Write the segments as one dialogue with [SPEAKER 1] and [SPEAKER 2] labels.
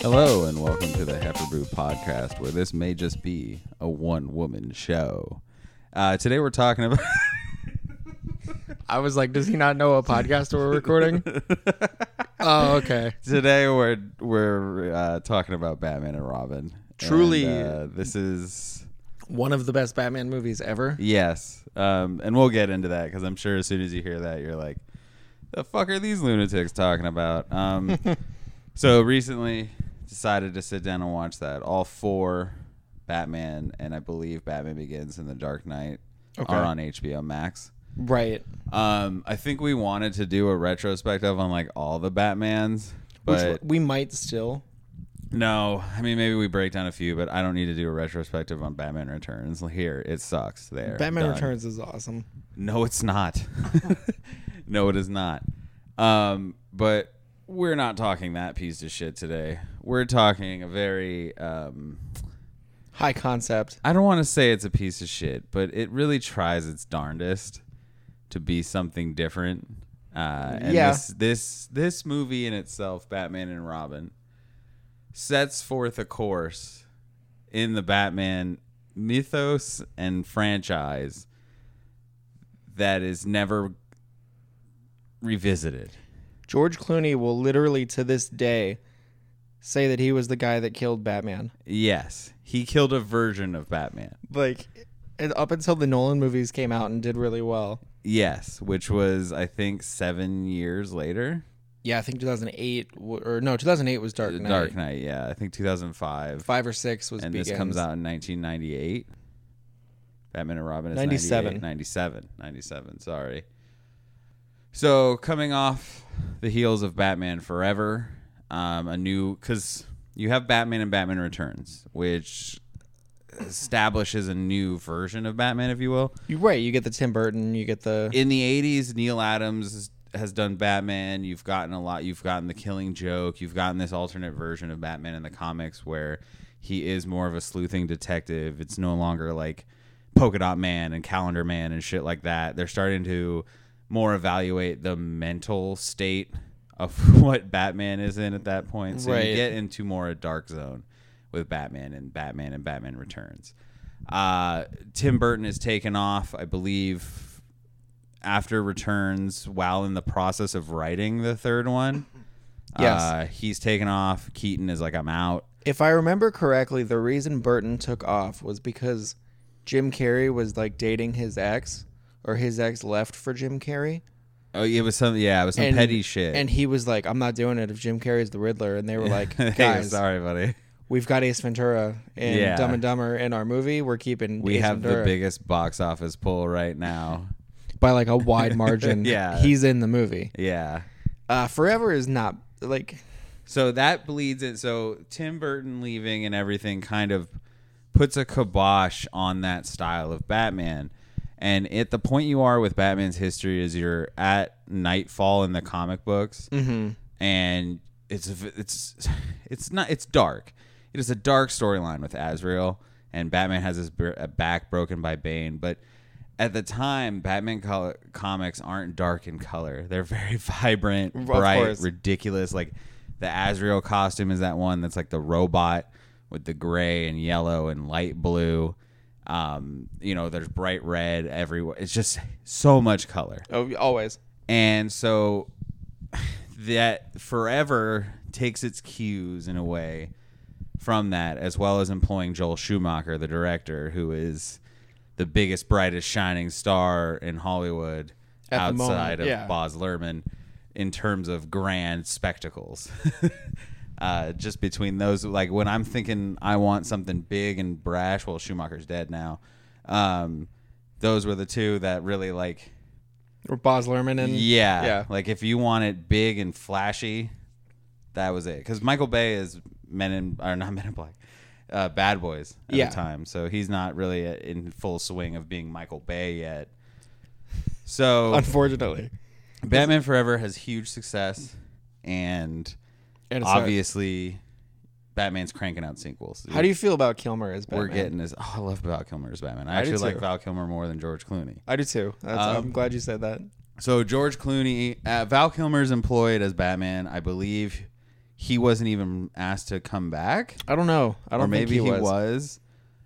[SPEAKER 1] Hello and welcome to the Heifer Brew podcast, where this may just be a one-woman show. Uh, today we're talking about.
[SPEAKER 2] I was like, does he not know a podcast we're recording? oh, okay.
[SPEAKER 1] today we're we're uh, talking about Batman and Robin.
[SPEAKER 2] Truly-
[SPEAKER 1] And, uh, this is
[SPEAKER 2] One of the best Batman movies ever.
[SPEAKER 1] yes, um, and we'll get into that because I'm sure as soon as you hear that, you're like, "The fuck are these lunatics talking about?" Um, so recently, decided to sit down and watch that all four Batman and I believe Batman Begins and The Dark Knight
[SPEAKER 2] Okay.
[SPEAKER 1] are on HBO Max.
[SPEAKER 2] Right.
[SPEAKER 1] Um, I think we wanted to do a retrospective on like all the Batmans,
[SPEAKER 2] Which
[SPEAKER 1] but
[SPEAKER 2] we might still.
[SPEAKER 1] no, I mean maybe we break down a few, but I don't need to do a retrospective on Batman Returns. Here, it sucks. There,
[SPEAKER 2] Batman
[SPEAKER 1] done.
[SPEAKER 2] Returns is awesome.
[SPEAKER 1] No, it's not. no, it is not. Um, but we're not talking that piece of shit today. We're talking a very um,
[SPEAKER 2] High concept.
[SPEAKER 1] I don't want to say it's a piece of shit, but it really tries its darndest to be something different. Uh, and
[SPEAKER 2] Yeah.
[SPEAKER 1] this, this this movie in itself, Batman and Robin, sets forth a course in the Batman mythos and franchise that is never revisited.
[SPEAKER 2] George Clooney will literally to this day say that he was the guy that killed Batman.
[SPEAKER 1] Yes, he killed a version of Batman.
[SPEAKER 2] Like and up until the Nolan movies came out and did really well.
[SPEAKER 1] Yes, which was I think seven years later.
[SPEAKER 2] Yeah, I think 2008 w- or no, 2008 was Dark
[SPEAKER 1] The
[SPEAKER 2] Knight.
[SPEAKER 1] Dark Knight, yeah. I think 2005.
[SPEAKER 2] 5 or 6 was
[SPEAKER 1] and
[SPEAKER 2] Begins.
[SPEAKER 1] this comes out in 1998. Batman and Robin is 97.
[SPEAKER 2] 97.
[SPEAKER 1] 97. 97, sorry. So, coming off the heels of Batman Forever, um, a new. Because you have Batman and Batman Returns, which establishes a new version of Batman, if you will.
[SPEAKER 2] You're right, you get the Tim Burton, you get the
[SPEAKER 1] in the 80s neil adams has done batman you've gotten a lot you've gotten the killing joke you've gotten this alternate version of batman in the comics where he is more of a sleuthing detective it's no longer like polka dot man and calendar man and shit like that they're starting to more evaluate the mental state of what batman is in at that point so you
[SPEAKER 2] Right.
[SPEAKER 1] get into more a dark zone with batman and batman and batman returns uh, tim burton is taken off i believe after returns while in the process of writing the third one.
[SPEAKER 2] Yes.
[SPEAKER 1] Uh, he's taken off. Keaton is like, I'm out.
[SPEAKER 2] If I remember correctly, the reason Burton took off was because Jim Carrey was like dating his ex, or his ex left for Jim Carrey,
[SPEAKER 1] Oh, it was some, yeah, it was some
[SPEAKER 2] And-
[SPEAKER 1] petty shit.
[SPEAKER 2] and he was like, "I'm not doing it if Jim Carrey's the Riddler." And they were like,
[SPEAKER 1] Hey,
[SPEAKER 2] "Guys,
[SPEAKER 1] sorry, buddy.
[SPEAKER 2] we've got Ace Ventura and
[SPEAKER 1] Yeah.
[SPEAKER 2] Dumb and Dumber in our movie. We're keeping
[SPEAKER 1] We
[SPEAKER 2] Ace
[SPEAKER 1] have the
[SPEAKER 2] Ventura
[SPEAKER 1] biggest box office pull right now.
[SPEAKER 2] by like a wide margin.
[SPEAKER 1] Yeah.
[SPEAKER 2] he's in the movie.
[SPEAKER 1] Yeah.
[SPEAKER 2] Uh, Forever is not like
[SPEAKER 1] So that bleeds it. So Tim Burton leaving and everything kind of puts a kibosh on that style of Batman. And at the point you are with Batman's history is you're at Nightfall in the comic books, and it's it's it's not it's dark. It is a dark storyline with Azrael, and Batman has his br- back broken by Bane. But at the time, Batman col- comics aren't dark in color; they're very vibrant, bright,
[SPEAKER 2] course.
[SPEAKER 1] ridiculous. Like the Azrael costume is that one that's like the robot with the gray and yellow and light blue. Um, you know, there's bright red everywhere. It's just so much color.
[SPEAKER 2] oh, always
[SPEAKER 1] And so that forever takes its cues in a way from that, as well as employing Joel Schumacher, the director, who is the biggest, brightest, shining star in Hollywood
[SPEAKER 2] At the moment,
[SPEAKER 1] outside of
[SPEAKER 2] yeah.
[SPEAKER 1] Boz Lerman in terms of grand spectacles. uh, just between those, like when I'm thinking I want something big and brash, well, Schumacher's dead now. Um, those were the two that really like
[SPEAKER 2] or Boz Lerman and
[SPEAKER 1] yeah.
[SPEAKER 2] Mm-hmm. yeah.
[SPEAKER 1] Like if you want it big and flashy, that was it. Because Michael Bay is Men in or not Men in Black, uh, Bad Boys at
[SPEAKER 2] Yeah.
[SPEAKER 1] the time, so he's not really in full swing of being Michael Bay yet. So
[SPEAKER 2] unfortunately,
[SPEAKER 1] Batman Forever has huge success, and
[SPEAKER 2] and it's obvious.
[SPEAKER 1] obviously, Batman's cranking out sequels.
[SPEAKER 2] How do you feel about Kilmer as Batman?
[SPEAKER 1] We're getting this. Oh, I love Val Kilmer as Batman. I
[SPEAKER 2] I do
[SPEAKER 1] actually like
[SPEAKER 2] too.
[SPEAKER 1] Val Kilmer more than George Clooney.
[SPEAKER 2] I do too. That's,
[SPEAKER 1] Um,
[SPEAKER 2] I'm glad you said that.
[SPEAKER 1] So George Clooney, uh, Val Kilmer's employed as Batman. I believe he wasn't even asked to come back,
[SPEAKER 2] I don't know. I don't
[SPEAKER 1] or maybe
[SPEAKER 2] think he, was.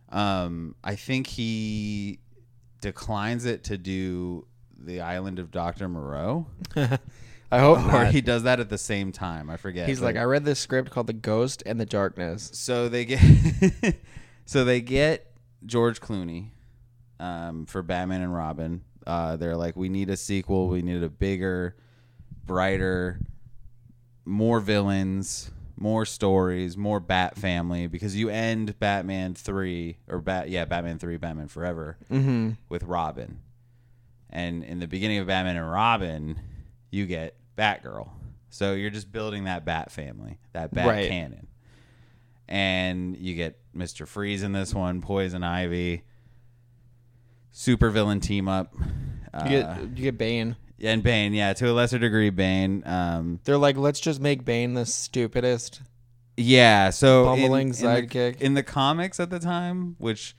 [SPEAKER 1] Um, I think he declines it to do the Island of Doctor Moreau,
[SPEAKER 2] I hope
[SPEAKER 1] or
[SPEAKER 2] not.
[SPEAKER 1] he does that at the same time. I forget.
[SPEAKER 2] He's like, I read this script called The Ghost and the Darkness.
[SPEAKER 1] so they get so they get George Clooney um, for Batman and Robin. Uh, they're like, we need a sequel. We need a bigger, brighter, more villains, more stories, more Bat family. Because you end Batman three or Bat yeah Batman three Batman Forever
[SPEAKER 2] Mm-hmm.
[SPEAKER 1] with Robin, and in the beginning of Batman and Robin, you get Batgirl. So you're just building that Bat family, that Bat
[SPEAKER 2] Right.
[SPEAKER 1] canon, and you get Mister Freeze in this one, Poison Ivy, supervillain team up, uh,
[SPEAKER 2] You get you get Bane.
[SPEAKER 1] and Bane. Yeah, to a lesser degree, Bane. Um,
[SPEAKER 2] They're like, let's just make Bane the stupidest.
[SPEAKER 1] yeah, so in-
[SPEAKER 2] Bumbling
[SPEAKER 1] in the-
[SPEAKER 2] sidekick.
[SPEAKER 1] in the comics at the time, which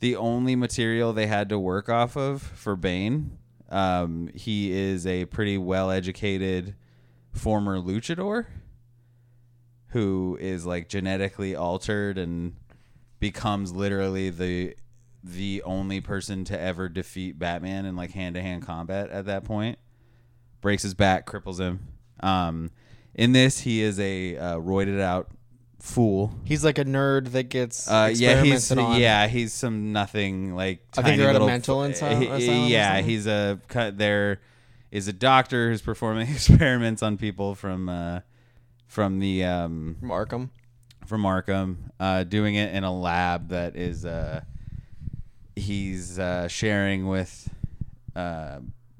[SPEAKER 1] the only material they had to work off of for Bane. Um, he is a pretty well educated former luchador who is like genetically altered and becomes literally the the only person to ever defeat Batman in like hand to hand combat at that point. Breaks his back, cripples him. Um, in this, he is a uh, roided out fool
[SPEAKER 2] He's like a nerd that gets
[SPEAKER 1] uh, yeah, he's
[SPEAKER 2] experimented on.
[SPEAKER 1] yeah, he's some nothing like.
[SPEAKER 2] I think
[SPEAKER 1] tiny
[SPEAKER 2] they're at a
[SPEAKER 1] little-
[SPEAKER 2] mental insi-
[SPEAKER 1] he-
[SPEAKER 2] asylum or
[SPEAKER 1] Yeah,
[SPEAKER 2] something?
[SPEAKER 1] he's a cut. There is a doctor who's performing experiments on people from uh, from the um,
[SPEAKER 2] from Arkham.
[SPEAKER 1] from Arkham, uh, doing it in a lab that is uh, he's uh, sharing with uh,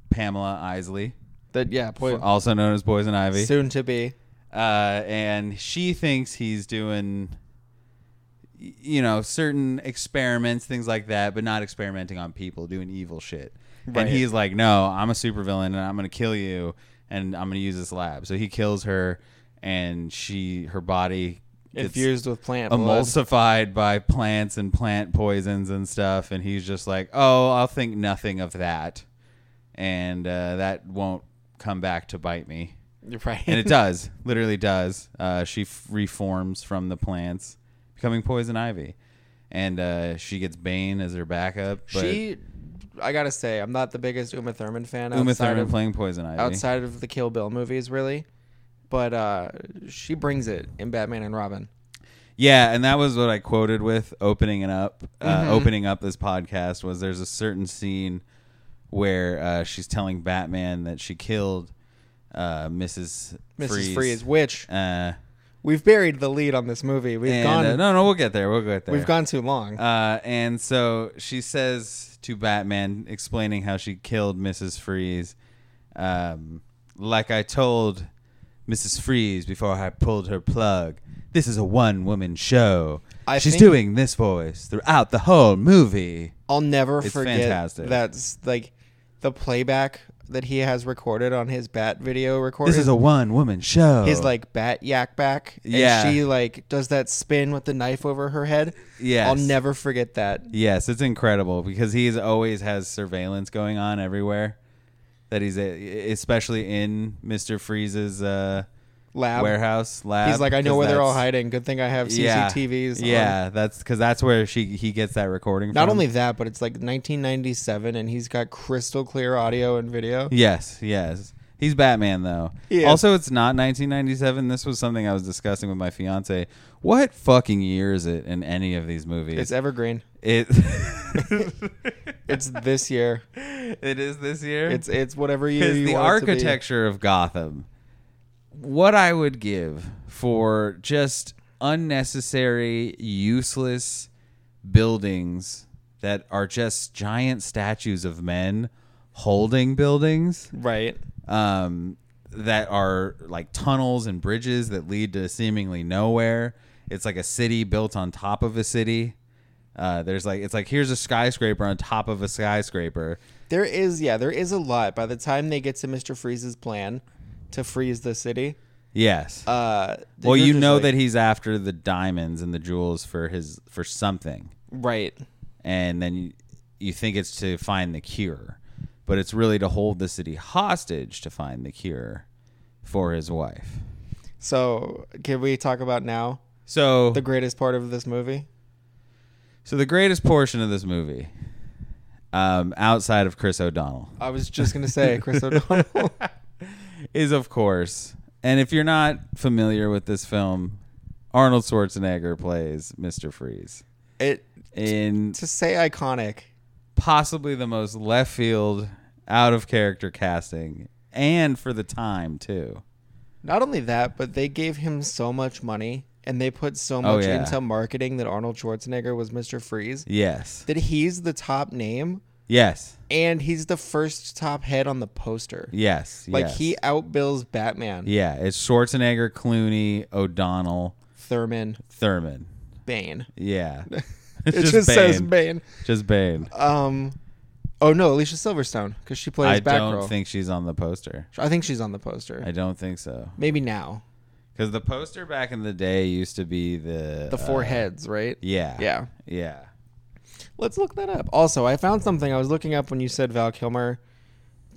[SPEAKER 1] Pamela Isley,
[SPEAKER 2] That yeah, po-
[SPEAKER 1] also known as Poison Ivy
[SPEAKER 2] soon to be.
[SPEAKER 1] uh, and she thinks he's doing y- you know certain experiments things like that but not experimenting on people doing evil shit
[SPEAKER 2] Right.
[SPEAKER 1] and he's like no i'm a supervillain and i'm gonna kill you and i'm gonna use this lab so he kills her and she her body gets
[SPEAKER 2] infused with plant blood.
[SPEAKER 1] emulsified by plants and plant poisons and stuff and he's just like oh i'll think nothing of that and uh, that won't come back to bite me
[SPEAKER 2] You're right.
[SPEAKER 1] and it does literally does uh, she f- reforms from the plants becoming poison ivy and uh, she gets bane as her backup but
[SPEAKER 2] she, I gotta say, I'm not the biggest Uma Thurman fan.
[SPEAKER 1] uma
[SPEAKER 2] outside
[SPEAKER 1] thurman
[SPEAKER 2] of,
[SPEAKER 1] playing poison ivy
[SPEAKER 2] outside of the Kill Bill movies, really. But uh, she brings it in Batman and Robin.
[SPEAKER 1] yeah and that was what i quoted with opening it up uh,
[SPEAKER 2] Mm-hmm.
[SPEAKER 1] opening up this podcast was there's a certain scene where uh, she's telling batman that she killed uh, mrs
[SPEAKER 2] Mrs. Freeze,
[SPEAKER 1] freeze,
[SPEAKER 2] which
[SPEAKER 1] Uh,
[SPEAKER 2] we've buried the lead on this movie. We've
[SPEAKER 1] and,
[SPEAKER 2] gone,
[SPEAKER 1] uh, no no we'll get there we'll get there
[SPEAKER 2] we've gone too long.
[SPEAKER 1] Uh, and so she says to Batman, explaining how she killed Mrs. Freeze, um, like I told Mrs. Freeze before I pulled her plug, this is a one woman show.
[SPEAKER 2] I
[SPEAKER 1] She's
[SPEAKER 2] think-
[SPEAKER 1] doing this voice throughout the whole movie.
[SPEAKER 2] I'll never
[SPEAKER 1] It's
[SPEAKER 2] forget
[SPEAKER 1] fantastic.
[SPEAKER 2] that's like the playback that he has recorded on his bat video recorder.
[SPEAKER 1] This is a one woman show.
[SPEAKER 2] his like bat yak back. And
[SPEAKER 1] Yeah.
[SPEAKER 2] she like does that spin with the knife over her head.
[SPEAKER 1] Yes.
[SPEAKER 2] I'll never forget that.
[SPEAKER 1] Yes, it's incredible because he's always has surveillance going on everywhere. That he's a, e, especially in Mister Freeze's uh,
[SPEAKER 2] Lab.
[SPEAKER 1] warehouse lab.
[SPEAKER 2] He's like, I know
[SPEAKER 1] because
[SPEAKER 2] where they're all
[SPEAKER 1] that's-
[SPEAKER 2] hiding. Good thing I have CCTVs. on."
[SPEAKER 1] Yeah, that's because that's where she he gets that recording.
[SPEAKER 2] Not
[SPEAKER 1] from.
[SPEAKER 2] only that, but it's like 1997, and he's got crystal clear audio and video.
[SPEAKER 1] Yes, yes. He's Batman though.
[SPEAKER 2] He is.
[SPEAKER 1] Also, it's not 1997. This was something I was discussing with my fiance. What fucking year is it in any of these
[SPEAKER 2] It's
[SPEAKER 1] movies?
[SPEAKER 2] evergreen.
[SPEAKER 1] it
[SPEAKER 2] It's this year.
[SPEAKER 1] it is this year.
[SPEAKER 2] It's it's whatever year
[SPEAKER 1] because
[SPEAKER 2] you
[SPEAKER 1] the
[SPEAKER 2] want it to be.
[SPEAKER 1] architecture of Gotham. What I would give for just unnecessary, useless buildings that are just giant statues of men holding buildings
[SPEAKER 2] Right.
[SPEAKER 1] um, that are like tunnels and bridges that lead to seemingly nowhere. It's like a city built on top of a city. Uh, there's like it's like here's a skyscraper on top of a skyscraper.
[SPEAKER 2] There is yeah, there is a lot. By the time they get to Mister Freeze's plan to freeze the city,
[SPEAKER 1] Yes.
[SPEAKER 2] uh,
[SPEAKER 1] Well, you know that he's after the diamonds and the jewels for his for something,
[SPEAKER 2] right.
[SPEAKER 1] and then you, you think it's to find the cure, but it's really to hold the city hostage to find the cure for his wife.
[SPEAKER 2] So, can we talk about now
[SPEAKER 1] So
[SPEAKER 2] the greatest part of this movie?
[SPEAKER 1] so the greatest portion of this movie, um, outside of Chris O'Donnell,
[SPEAKER 2] I was just gonna say Chris O'Donnell.
[SPEAKER 1] is of course, and if you're not familiar with this film, Arnold Schwarzenegger plays Mr. Freeze
[SPEAKER 2] it
[SPEAKER 1] in
[SPEAKER 2] to say iconic.
[SPEAKER 1] possibly the most left field, out of character casting, and for the time too.
[SPEAKER 2] Not only that, but they gave him so much money and they put so
[SPEAKER 1] Oh,
[SPEAKER 2] much
[SPEAKER 1] yeah.
[SPEAKER 2] into marketing that Arnold Schwarzenegger was Mr. Freeze
[SPEAKER 1] Yes,
[SPEAKER 2] that he's the top name
[SPEAKER 1] yes,
[SPEAKER 2] and he's the first top head on the poster.
[SPEAKER 1] yes.
[SPEAKER 2] Like
[SPEAKER 1] yes.
[SPEAKER 2] he outbills Batman,
[SPEAKER 1] Yeah, it's Schwarzenegger, Clooney, O'Donnell,
[SPEAKER 2] Thurman,
[SPEAKER 1] Thurman.
[SPEAKER 2] Bane.
[SPEAKER 1] Yeah.
[SPEAKER 2] It
[SPEAKER 1] It's
[SPEAKER 2] just, says Bane.
[SPEAKER 1] Just Bane.
[SPEAKER 2] Um, oh no, Alicia Silverstone because she
[SPEAKER 1] I
[SPEAKER 2] plays Batgirl.
[SPEAKER 1] don't think she's on the poster.
[SPEAKER 2] I think she's on the poster.
[SPEAKER 1] I don't think so.
[SPEAKER 2] Maybe now.
[SPEAKER 1] Because the poster back in the day used to be the
[SPEAKER 2] The
[SPEAKER 1] uh,
[SPEAKER 2] four heads, right?
[SPEAKER 1] yeah.
[SPEAKER 2] Yeah.
[SPEAKER 1] Yeah.
[SPEAKER 2] Let's look that up. Also, I found something I was looking up when you said Val Kilmer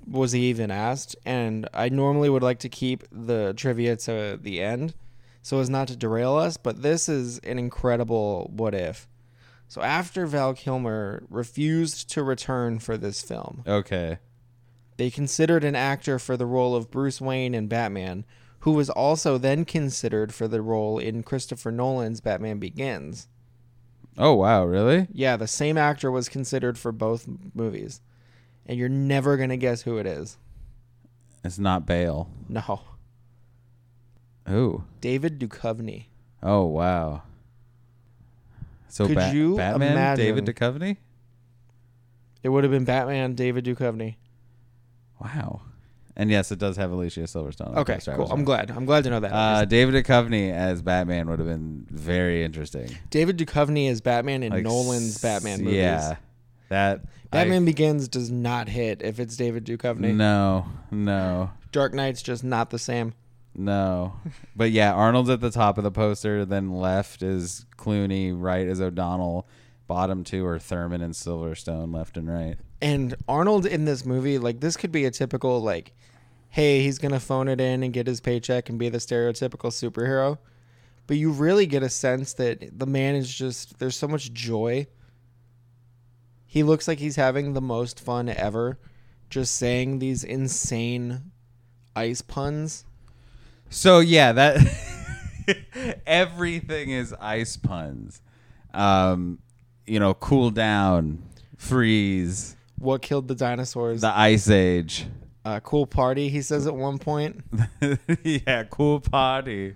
[SPEAKER 2] was he even asked, and I normally would like to keep the trivia to the end so as not to derail us, but this is an incredible what if. So after Val Kilmer refused to return for this film,
[SPEAKER 1] Okay.
[SPEAKER 2] they considered an actor for the role of Bruce Wayne in Batman, who was also then considered for the role in Christopher Nolan's Batman Begins.
[SPEAKER 1] Oh wow, really?
[SPEAKER 2] Yeah, the same actor was considered for both movies. And you're never going to guess who it is.
[SPEAKER 1] It's not Bale.
[SPEAKER 2] No.
[SPEAKER 1] Ooh.
[SPEAKER 2] David Duchovny.
[SPEAKER 1] Oh wow. So
[SPEAKER 2] Could
[SPEAKER 1] Bat-
[SPEAKER 2] you
[SPEAKER 1] Batman,
[SPEAKER 2] imagine-
[SPEAKER 1] David Duchovny?
[SPEAKER 2] It would have been Batman, David Duchovny.
[SPEAKER 1] Wow. And yes, it does have Alicia Silverstone. on the
[SPEAKER 2] Okay,
[SPEAKER 1] poster. I
[SPEAKER 2] cool.
[SPEAKER 1] was
[SPEAKER 2] I'm
[SPEAKER 1] wrong.
[SPEAKER 2] glad. I'm glad to know that.
[SPEAKER 1] Uh, David Duchovny as Batman would have been very interesting.
[SPEAKER 2] David Duchovny is Batman in
[SPEAKER 1] Like,
[SPEAKER 2] Nolan's Batman movies.
[SPEAKER 1] Yeah, that
[SPEAKER 2] Batman Begins does not hit if it's David
[SPEAKER 1] I,
[SPEAKER 2] Duchovny.
[SPEAKER 1] no, no,
[SPEAKER 2] Dark Knight's just not the same.
[SPEAKER 1] no. But yeah, Arnold's at the top of the poster. Then left is Clooney. Right is O'Donnell. Bottom two are Thurman and Silverstone. Left and right.
[SPEAKER 2] And Arnold in this movie, like this could be a typical like, hey, he's gonna phone it in and get his paycheck and be the stereotypical superhero. But you really get a sense that the man is just there's so much joy. He looks like he's having the most fun ever, just saying these insane ice puns.
[SPEAKER 1] So yeah, that everything is ice puns. Um, you know, cool down, freeze,
[SPEAKER 2] What killed the dinosaurs?
[SPEAKER 1] the ice age.
[SPEAKER 2] uh, cool party, he says at one point.
[SPEAKER 1] yeah, cool party.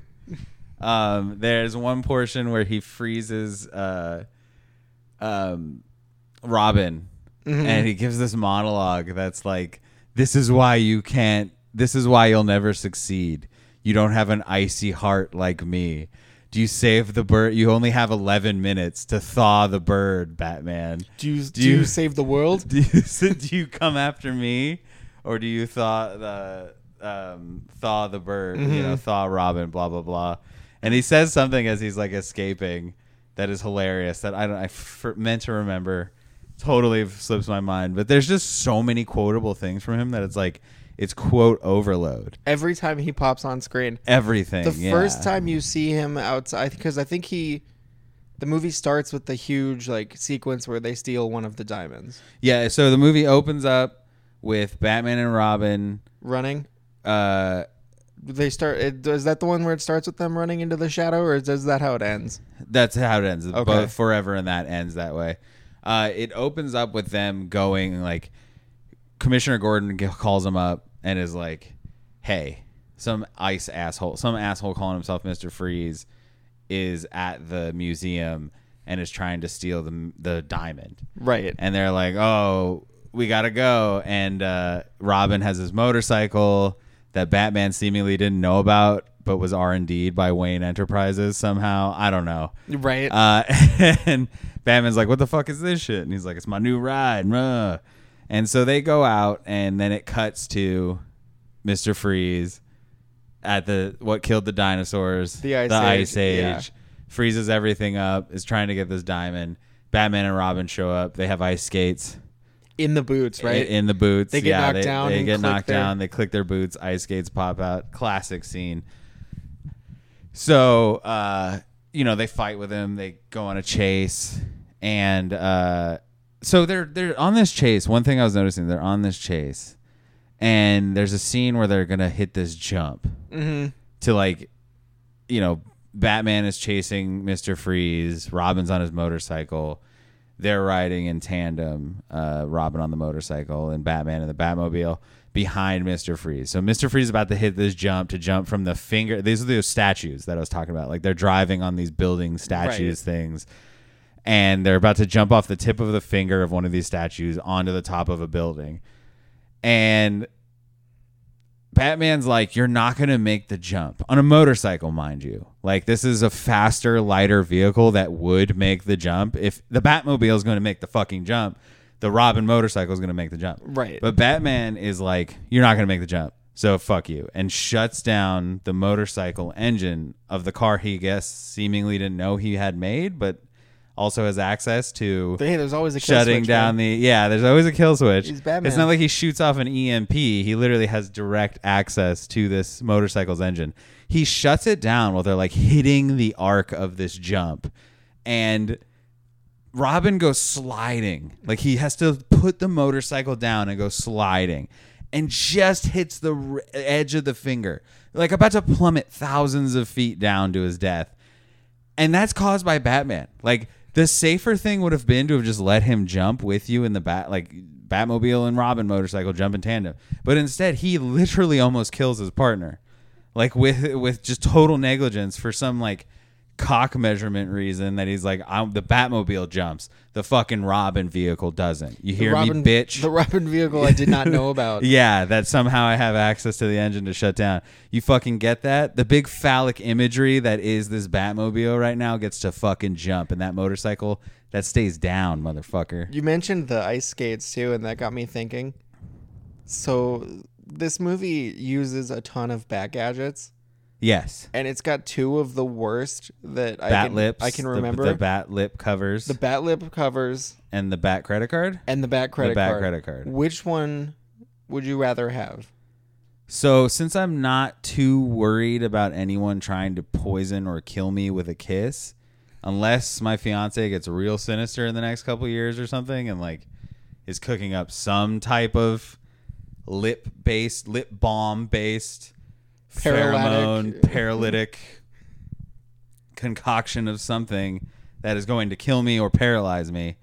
[SPEAKER 1] Um, there's one portion where he freezes uh, um, Robin, and he gives this monologue that's like, "This is why you can't. This is why you'll never succeed. You don't have an icy heart like me." Do you save the bird? You only have 11 minutes to thaw the bird, Batman.
[SPEAKER 2] Do you, do
[SPEAKER 1] you-
[SPEAKER 2] you save the world?
[SPEAKER 1] Do you, so do you come after me, or do you thaw the um, thaw the bird? You
[SPEAKER 2] Mm-hmm.
[SPEAKER 1] know, thaw Robin. Blah blah blah. And he says something as he's like escaping that is hilarious. That I don't. I f- meant to remember. Totally slips my mind. But there's just so many quotable things from him that it's like it's quote overload.
[SPEAKER 2] Every time he pops on screen,
[SPEAKER 1] Everything.
[SPEAKER 2] the
[SPEAKER 1] yeah.
[SPEAKER 2] first time you see him outside because i think he the movie starts with the huge like sequence where they steal one of the diamonds
[SPEAKER 1] Yeah. So the movie opens up with Batman and Robin.
[SPEAKER 2] running
[SPEAKER 1] Uh,
[SPEAKER 2] they start it, is that the one where it starts with them running into the shadow or is, is that how it ends
[SPEAKER 1] That's how it ends.
[SPEAKER 2] Okay.
[SPEAKER 1] Both forever and that ends that way. Uh, it opens up with them going like Commissioner Gordon g- calls him up and is like, "Hey, some ice asshole, some asshole calling himself Mister Freeze, is at the museum and is trying to steal the the diamond."
[SPEAKER 2] right
[SPEAKER 1] And they're like, "Oh, we gotta go." And uh, Robin has his motorcycle that Batman seemingly didn't know about, but was R and D by Wayne Enterprises somehow. I don't know.
[SPEAKER 2] right
[SPEAKER 1] Uh, and Batman's like, "What the fuck is this shit?" And he's like, "It's my new ride." Ruh. And so they go out, and then it cuts to Mister Freeze at the what killed the dinosaurs,
[SPEAKER 2] The Ice Age,
[SPEAKER 1] Age,
[SPEAKER 2] yeah.
[SPEAKER 1] freezes everything up, is trying to get this diamond. Batman and Robin show up. They have ice skates
[SPEAKER 2] in the boots
[SPEAKER 1] i-
[SPEAKER 2] right
[SPEAKER 1] in the boots.
[SPEAKER 2] They get
[SPEAKER 1] yeah,
[SPEAKER 2] knocked
[SPEAKER 1] they,
[SPEAKER 2] down
[SPEAKER 1] They
[SPEAKER 2] and
[SPEAKER 1] get
[SPEAKER 2] click
[SPEAKER 1] knocked
[SPEAKER 2] their-
[SPEAKER 1] down. They click their boots. Ice skates pop out. Classic scene. So, uh, you know, they fight with him. They go on a chase, and uh, so they're they're on this chase. One thing I was noticing, they're on this chase, and there's a scene where they're gonna hit this jump
[SPEAKER 2] Mm-hmm.
[SPEAKER 1] to like, you know, Batman is chasing Mister Freeze. Robin's on his motorcycle. They're riding in tandem. Uh, Robin on the motorcycle and Batman in the Batmobile behind Mister Freeze. So Mister Freeze is about to hit this jump to jump from the finger. These are those statues that I was talking about. Like they're driving on these building statues things. And they're about to jump off the tip of the finger of one of these statues onto the top of a building. And Batman's like, you're not going to make the jump on a motorcycle, mind you. Like, this is a faster, lighter vehicle that would make the jump. If the Batmobile is going to make the fucking jump, the Robin motorcycle is going to make the jump.
[SPEAKER 2] Right.
[SPEAKER 1] But Batman is like, you're not going to make the jump. So fuck you. And shuts down the motorcycle engine of the car he guessed seemingly didn't know he had made, but also has access to
[SPEAKER 2] Hey, there's always a kill
[SPEAKER 1] shutting
[SPEAKER 2] switch,
[SPEAKER 1] down the
[SPEAKER 2] man.
[SPEAKER 1] yeah there's always a kill switch
[SPEAKER 2] He's Batman.
[SPEAKER 1] it's not like he shoots off an emp he literally has direct access to this motorcycle's engine he shuts it down while they're like hitting the arc of this jump and robin goes sliding like he has to put the motorcycle down and go sliding and just hits the r- edge of the finger like about to plummet thousands of feet down to his death and that's caused by Batman. Like the safer thing would have been to have just let him jump with you in the bat, like Batmobile and Robin motorcycle jump in tandem. But instead, he literally almost kills his partner, like with with just total negligence for some like cock measurement reason that he's like, I'm, the Batmobile jumps, the fucking Robin vehicle doesn't. You hear me,
[SPEAKER 2] Robin,
[SPEAKER 1] bitch?
[SPEAKER 2] The Robin vehicle I did not know about.
[SPEAKER 1] Yeah, that somehow I have access to the engine to shut down. You fucking get that? The big phallic imagery that is this Batmobile right now gets to fucking jump, and that motorcycle that stays down, motherfucker.
[SPEAKER 2] You mentioned the ice skates too, and that got me thinking. So this movie uses a ton of bat gadgets,
[SPEAKER 1] Yes,
[SPEAKER 2] and it's got two of the worst that I
[SPEAKER 1] bat
[SPEAKER 2] can,
[SPEAKER 1] lips.
[SPEAKER 2] I can
[SPEAKER 1] the-
[SPEAKER 2] remember
[SPEAKER 1] the,
[SPEAKER 2] the,
[SPEAKER 1] bat lip covers
[SPEAKER 2] bat lip covers
[SPEAKER 1] and the bat credit card.
[SPEAKER 2] and the bat credit
[SPEAKER 1] bat
[SPEAKER 2] card.
[SPEAKER 1] credit card.
[SPEAKER 2] Which one would you rather have?
[SPEAKER 1] So since I'm not too worried about anyone trying to poison or kill me with a kiss, unless my fiance gets real sinister in the next couple years or something and like is cooking up some type of lip based lip balm based pheromone
[SPEAKER 2] Paralytic.
[SPEAKER 1] paralytic concoction of something that is going to kill me or paralyze me,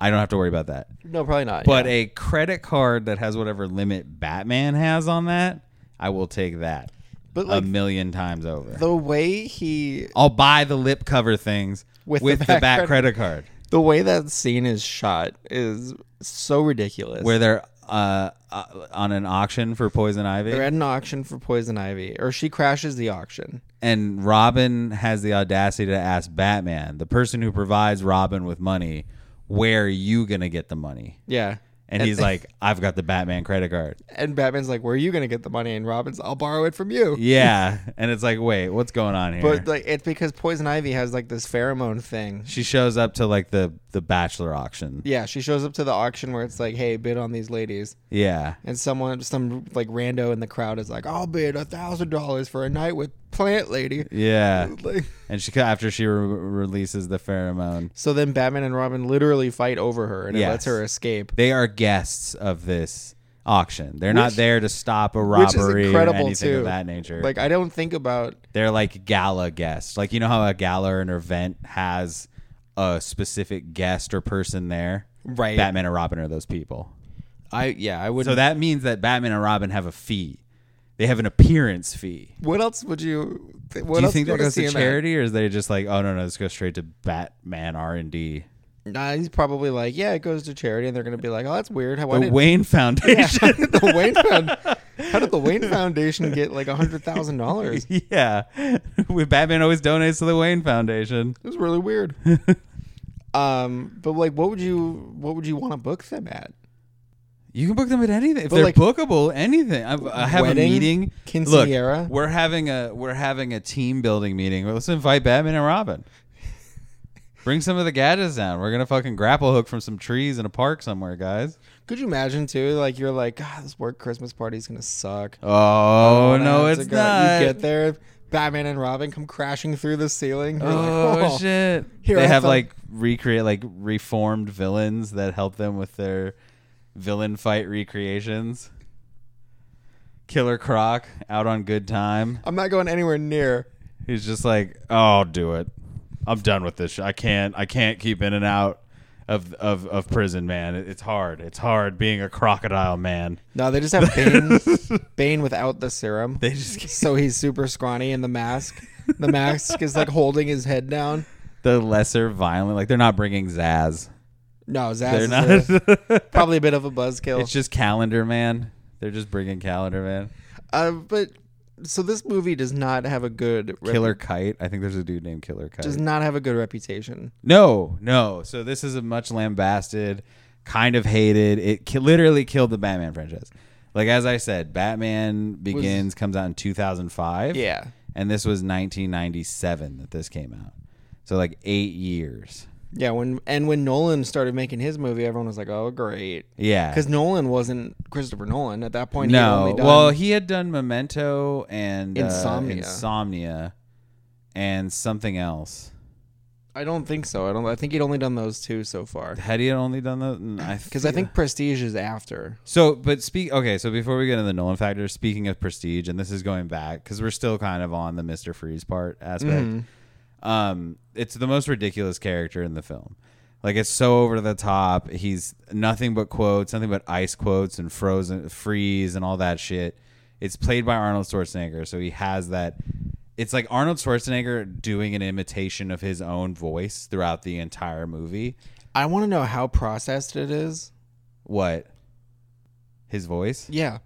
[SPEAKER 1] I don't have to worry about that.
[SPEAKER 2] No, probably not.
[SPEAKER 1] But
[SPEAKER 2] yeah.
[SPEAKER 1] a credit card that has whatever limit Batman has on that, I will take that
[SPEAKER 2] but
[SPEAKER 1] a
[SPEAKER 2] like
[SPEAKER 1] million times over.
[SPEAKER 2] the way he,
[SPEAKER 1] I'll buy the lip cover things
[SPEAKER 2] With
[SPEAKER 1] with,
[SPEAKER 2] the
[SPEAKER 1] the,
[SPEAKER 2] back
[SPEAKER 1] back
[SPEAKER 2] credit-
[SPEAKER 1] credit card
[SPEAKER 2] the way that scene is shot is so ridiculous.
[SPEAKER 1] where they're uh, uh, on an auction for Poison
[SPEAKER 2] they're
[SPEAKER 1] Ivy,
[SPEAKER 2] at an auction for poison ivy, or she crashes the auction.
[SPEAKER 1] and Robin has the audacity to ask Batman, the person who provides Robin with money, where are you gonna get the money?
[SPEAKER 2] Yeah.
[SPEAKER 1] And he's like, "I've got the Batman credit card."
[SPEAKER 2] And Batman's like, "Where are you gonna get the money?" And Robin's, "I'll borrow it from you."
[SPEAKER 1] Yeah, and it's like, "Wait, what's going on here?"
[SPEAKER 2] But like, it's because Poison Ivy has like this pheromone thing.
[SPEAKER 1] she shows up to like the the bachelor auction.
[SPEAKER 2] Yeah, she shows up to the auction where it's like, "Hey, bid on these ladies,"
[SPEAKER 1] Yeah.
[SPEAKER 2] and someone, some like rando in the crowd is like, "I'll bid a thousand dollars for a night with Plant Lady."
[SPEAKER 1] Yeah.
[SPEAKER 2] Like,
[SPEAKER 1] And she after she re- releases the pheromone,
[SPEAKER 2] so then Batman and Robin literally fight over her, and it lets
[SPEAKER 1] Yes.
[SPEAKER 2] her escape.
[SPEAKER 1] they are guests of this auction. They're not
[SPEAKER 2] Which-
[SPEAKER 1] there to stop a
[SPEAKER 2] which is
[SPEAKER 1] robbery or
[SPEAKER 2] incredible,
[SPEAKER 1] anything
[SPEAKER 2] too.
[SPEAKER 1] of that nature.
[SPEAKER 2] Like, I don't think about
[SPEAKER 1] They're like gala guests. Like you know how a gala or an event has a specific guest or person there.
[SPEAKER 2] right.
[SPEAKER 1] Batman and Robin are those people.
[SPEAKER 2] I yeah, I would.
[SPEAKER 1] So that means that Batman and Robin have a fee. They have an appearance fee.
[SPEAKER 2] what else would you? What
[SPEAKER 1] Do you think
[SPEAKER 2] else do you
[SPEAKER 1] that
[SPEAKER 2] wanna
[SPEAKER 1] goes
[SPEAKER 2] see
[SPEAKER 1] to
[SPEAKER 2] him at?
[SPEAKER 1] charity, or is they just like, oh no, no, let's go straight to Batman R and D?
[SPEAKER 2] Nah, he's probably like, yeah, it goes to charity, and they're gonna be like, oh, that's weird. Why
[SPEAKER 1] The
[SPEAKER 2] did
[SPEAKER 1] Wayne Foundation.
[SPEAKER 2] the Wayne Found- How did the Wayne Foundation get like hundred thousand dollars? It
[SPEAKER 1] yeah. Batman always donates to the Wayne Foundation.
[SPEAKER 2] was really weird. um, but like, what would you what would you want to book them at?
[SPEAKER 1] You can book them at anything. If
[SPEAKER 2] But,
[SPEAKER 1] they're
[SPEAKER 2] like,
[SPEAKER 1] bookable, anything. I, I have
[SPEAKER 2] wedding?
[SPEAKER 1] a meeting.
[SPEAKER 2] Quinceañera?
[SPEAKER 1] Look, we're having a we're having a team building meeting. Let's invite Batman and Robin. Bring some of the gadgets down. We're gonna fucking grapple hook from some trees in a park somewhere, guys.
[SPEAKER 2] Could you imagine too? Like, "Ah, you're like, God, this work Christmas party's gonna suck.
[SPEAKER 1] Oh
[SPEAKER 2] Wanna
[SPEAKER 1] no,
[SPEAKER 2] have to
[SPEAKER 1] it's
[SPEAKER 2] go out."
[SPEAKER 1] not.
[SPEAKER 2] You get there, Batman and Robin come crashing through the ceiling. You're like,
[SPEAKER 1] Oh, shit!
[SPEAKER 2] Here
[SPEAKER 1] they
[SPEAKER 2] I
[SPEAKER 1] have
[SPEAKER 2] thought-
[SPEAKER 1] like recreate like reformed villains that help them with their villain fight recreations. Killer Croc out on good time.
[SPEAKER 2] I'm not going anywhere near.
[SPEAKER 1] He's just like, oh, I'll do it. I'm done with this. Sh- I can't. I can't keep in and out of of of prison, man. It- It's hard. It's hard being a crocodile, man.
[SPEAKER 2] No, they just have Bane, Bane without the serum.
[SPEAKER 1] They just
[SPEAKER 2] so he's super scrawny in the mask. The mask is like holding his head down.
[SPEAKER 1] the lesser violent. Like they're not bringing Zaz.
[SPEAKER 2] No, Zaz
[SPEAKER 1] They're
[SPEAKER 2] is
[SPEAKER 1] not.
[SPEAKER 2] a- probably a bit of a buzzkill.
[SPEAKER 1] it's just Calendar Man. They're just bringing Calendar Man.
[SPEAKER 2] uh, but so this movie does not have a good rep-
[SPEAKER 1] Killer Kite. I think there's a dude named Killer Kite.
[SPEAKER 2] does not have a good reputation.
[SPEAKER 1] No, no. So this is a much lambasted, kind of hated. It ki- literally killed the Batman franchise. Like as I said, Batman Begins comes out in 2005.
[SPEAKER 2] Yeah.
[SPEAKER 1] And this was 1997 that this came out. So like 8 years.
[SPEAKER 2] Yeah, when and when Nolan started making his movie, everyone was like, "Oh, great,"
[SPEAKER 1] Yeah.
[SPEAKER 2] because Nolan wasn't Christopher Nolan at that point. he'd
[SPEAKER 1] Uh, no.
[SPEAKER 2] only done-
[SPEAKER 1] Well, he had done Memento and uh,
[SPEAKER 2] Insomnia.
[SPEAKER 1] Insomnia and something else.
[SPEAKER 2] I don't think so. I don't. I think he'd only done those two so far.
[SPEAKER 1] Had he only done that?
[SPEAKER 2] Because I think Prestige is after.
[SPEAKER 1] So, but speak. Okay, so before we get into the Nolan factor, speaking of prestige, and this is going back because we're still kind of on the Mister Freeze part aspect.
[SPEAKER 2] Mm-hmm.
[SPEAKER 1] Um, it's the most ridiculous character in the film. Like it's so over the top. He's nothing but quotes, nothing but ice quotes and frozen freeze and all that shit. It's played by Arnold Schwarzenegger, so he has that. It's like Arnold Schwarzenegger doing an imitation of his own voice throughout the entire movie.
[SPEAKER 2] I want to know how processed it is.
[SPEAKER 1] What? His voice?
[SPEAKER 2] Yeah,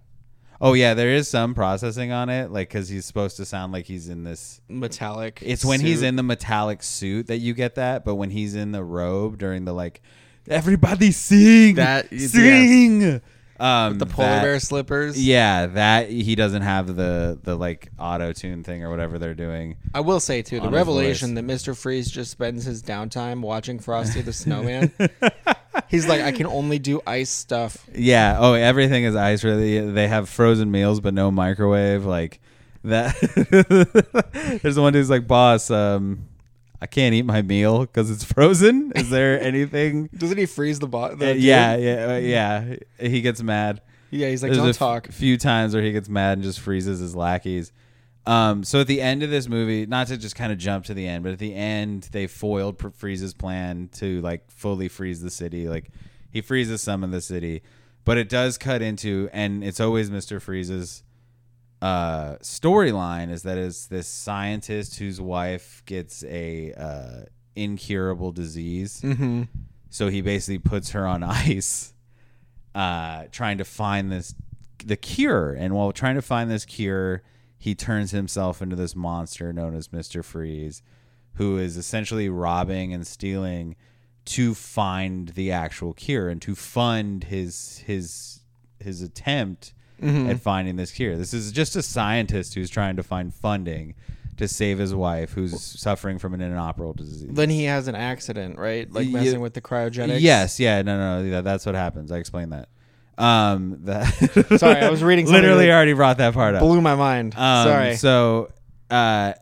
[SPEAKER 1] Oh yeah, there is some processing on it, like because he's supposed to sound like he's in this.
[SPEAKER 2] metallic.
[SPEAKER 1] It's when he's
[SPEAKER 2] suit.
[SPEAKER 1] in the metallic suit that you get that, but when he's in the robe during the like, everybody sing
[SPEAKER 2] That-
[SPEAKER 1] sing. Um,
[SPEAKER 2] the polar
[SPEAKER 1] that-
[SPEAKER 2] bear slippers.
[SPEAKER 1] Yeah, that he doesn't have the the like auto tune thing or whatever they're doing.
[SPEAKER 2] I will say too, the
[SPEAKER 1] on his
[SPEAKER 2] revelation that Mr. Freeze just spends his downtime watching Frosty the Snowman. he's like, I can only do ice stuff.
[SPEAKER 1] Yeah. Oh, everything is ice. Really, they have frozen meals, but no microwave. Like that. There's the one who's like, "Boss, um, I can't eat my meal because it's frozen. Is there anything?"
[SPEAKER 2] Doesn't he freeze the bot?
[SPEAKER 1] Uh, yeah, yeah, uh, yeah. He gets mad.
[SPEAKER 2] yeah. He's like,
[SPEAKER 1] There's a
[SPEAKER 2] don't
[SPEAKER 1] f-
[SPEAKER 2] talk.
[SPEAKER 1] few times where he gets mad and just freezes his lackeys. Um, so at the end of this movie, not to just kind of jump to the end, but at the end they foiled Pr- Freeze's plan to like fully freeze the city. Like he freezes some of the city, but it does cut into, and it's always Mister Freeze's uh, storyline is that it's this scientist whose wife gets a uh, incurable disease,
[SPEAKER 2] mm-hmm.
[SPEAKER 1] so he basically puts her on ice, uh, trying to find this the cure. And while trying to find this cure, he turns himself into this monster known as Mister Freeze, who is essentially robbing and stealing to find the actual cure and to fund his his his attempt at finding this cure. This is just a scientist who's trying to find funding to save his wife who's suffering from an inoperable disease.
[SPEAKER 2] Then he has an accident, right? Like
[SPEAKER 1] Yeah.
[SPEAKER 2] messing with the cryogenics.
[SPEAKER 1] Yes, yeah, no, no, no, yeah, that's what happens. I explained that. Um, that
[SPEAKER 2] Sorry, I was reading something
[SPEAKER 1] Literally,
[SPEAKER 2] that-
[SPEAKER 1] already brought that part up.
[SPEAKER 2] Blew my mind.
[SPEAKER 1] Um,
[SPEAKER 2] Sorry.
[SPEAKER 1] So, uh,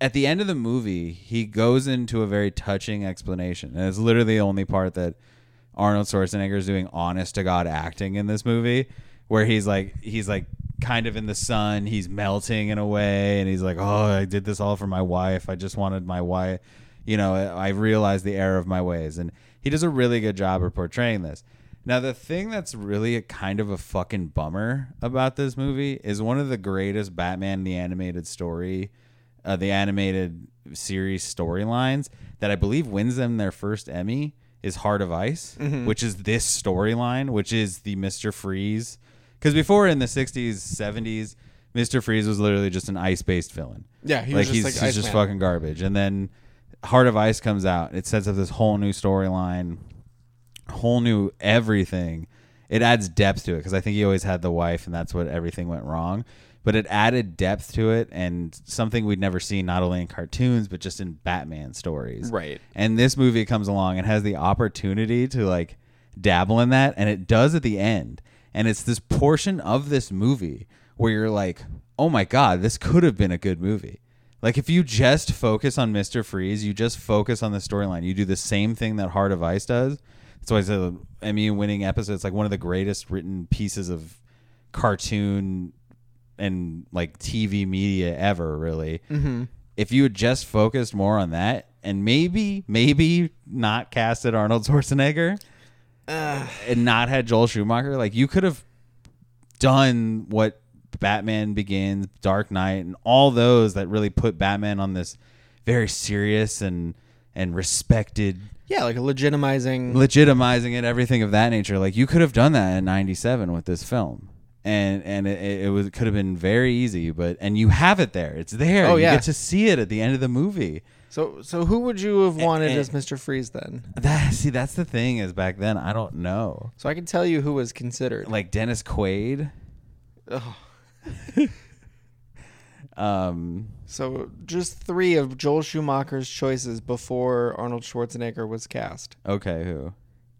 [SPEAKER 1] at the end of the movie, he goes into a very touching explanation, and it's literally the only part that Arnold Schwarzenegger is doing honest to god acting in this movie, where he's like, he's like kind of in the sun, he's melting in a way, and he's like, oh, I did this all for my wife. I just wanted my wife, you know, I I realized the error of my ways, and he does a really good job of portraying this. Now, the thing that's really a kind of a fucking bummer about this movie is one of the greatest Batman the animated story, uh, the animated series storylines that I believe wins them their first Emmy is Heart of Ice,
[SPEAKER 2] Mm-hmm.
[SPEAKER 1] which is this storyline, which is the Mister Freeze. Because before in the '60s, '70s, Mister Freeze was literally just an ice-based villain
[SPEAKER 2] yeah, he
[SPEAKER 1] like,
[SPEAKER 2] was just
[SPEAKER 1] he's,
[SPEAKER 2] like
[SPEAKER 1] he's
[SPEAKER 2] Iceman.
[SPEAKER 1] just fucking garbage. And then Heart of Ice comes out. It sets up this whole new storyline, whole new everything. It adds depth to it because I think he always had the wife, and that's what everything went wrong. But it added depth to it and something we'd never seen, not only in cartoons but just in Batman stories.
[SPEAKER 2] Right.
[SPEAKER 1] And this movie comes along and has the opportunity to like dabble in that, and it does at the end. And it's this portion of this movie where you're like, oh my god, this could have been a good movie. Like if you just focus on Mister Freeze, you just focus on the storyline. You do the same thing that Heart of Ice does. That's why it's an Emmy-winning episode. It's like one of the greatest written pieces of cartoon and like TV media ever. Really, if you had just focused more on that and maybe, maybe not casted Arnold Schwarzenegger and not had Joel Schumacher, like you could have done what Batman Begins, Dark Knight, and all those that really put Batman on this very serious and and respected,
[SPEAKER 2] Yeah, like a legitimizing.
[SPEAKER 1] legitimizing it, everything of that nature. Like you could have done that in '97 with this film. And and it- it, it was could have been very easy, but and you have it there. It's there.
[SPEAKER 2] Oh, yeah.
[SPEAKER 1] you get to see it at the end of the movie.
[SPEAKER 2] so, so who would you have wanted
[SPEAKER 1] eh.
[SPEAKER 2] as Mr. Freeze then?
[SPEAKER 1] That see, that's the thing is back then I don't know.
[SPEAKER 2] So I can tell you who was considered.
[SPEAKER 1] Like Dennis Quaid,
[SPEAKER 2] Ugh.
[SPEAKER 1] um,
[SPEAKER 2] So just three of Joel Schumacher's choices before Arnold Schwarzenegger was cast:
[SPEAKER 1] okay, who?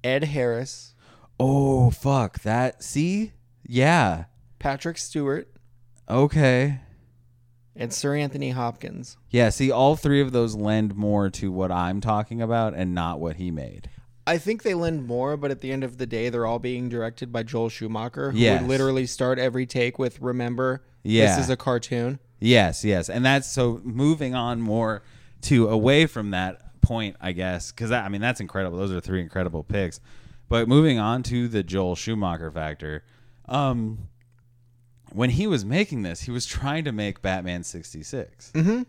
[SPEAKER 2] Ed Harris,
[SPEAKER 1] Oh fuck that. See, yeah,
[SPEAKER 2] Patrick Stewart,
[SPEAKER 1] okay,
[SPEAKER 2] and Sir Anthony Hopkins.
[SPEAKER 1] yeah. See, all three of those lend more to what I'm talking about and not what he made.
[SPEAKER 2] I think they lend more, but at the end of the day, they're all being directed by Joel Schumacher, who
[SPEAKER 1] Yes.
[SPEAKER 2] would literally start every take with "Remember,
[SPEAKER 1] Yeah.
[SPEAKER 2] this is a cartoon."
[SPEAKER 1] Yes, yes, and that's so moving on more to away from that point, I guess, because I mean that's incredible. Those are three incredible picks, but moving on to the Joel Schumacher factor. Um, when he was making this, he was trying to make Batman sixty Mm-hmm.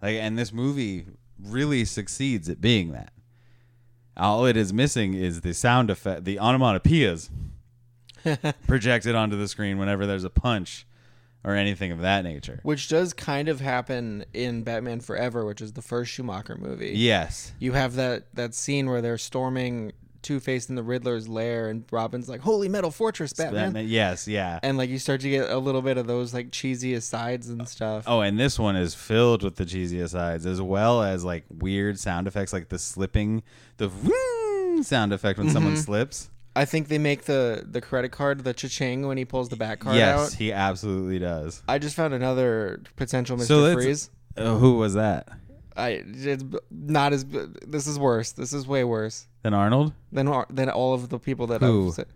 [SPEAKER 1] Like, and this movie really succeeds at being that. All it is missing is the sound effect, the onomatopoeias projected onto the screen whenever there's a punch or anything of that nature.
[SPEAKER 2] Which does kind of happen in Batman Forever, which is the first Schumacher movie.
[SPEAKER 1] Yes.
[SPEAKER 2] You have that that scene where they're storming Two Face in the Riddler's lair, and Robin's like, "Holy metal fortress, Batman!"
[SPEAKER 1] Batman- Yes, yeah.
[SPEAKER 2] And like you start to get a little bit of those like cheesy asides and stuff.
[SPEAKER 1] Oh, and this one is filled with the cheesy asides as well as like weird sound effects like the slipping, the vroom sound effect when
[SPEAKER 2] Mm-hmm.
[SPEAKER 1] someone slips.
[SPEAKER 2] I think they make the the credit card the cha-ching when he pulls the back card
[SPEAKER 1] yes,
[SPEAKER 2] out.
[SPEAKER 1] he absolutely does.
[SPEAKER 2] I just found another potential Mr.
[SPEAKER 1] So let's-
[SPEAKER 2] Freeze.
[SPEAKER 1] Uh, who was that?
[SPEAKER 2] I it's not as this is worse. This is way worse
[SPEAKER 1] Then Arnold?
[SPEAKER 2] than than all of the people that
[SPEAKER 1] Who?
[SPEAKER 2] I've said.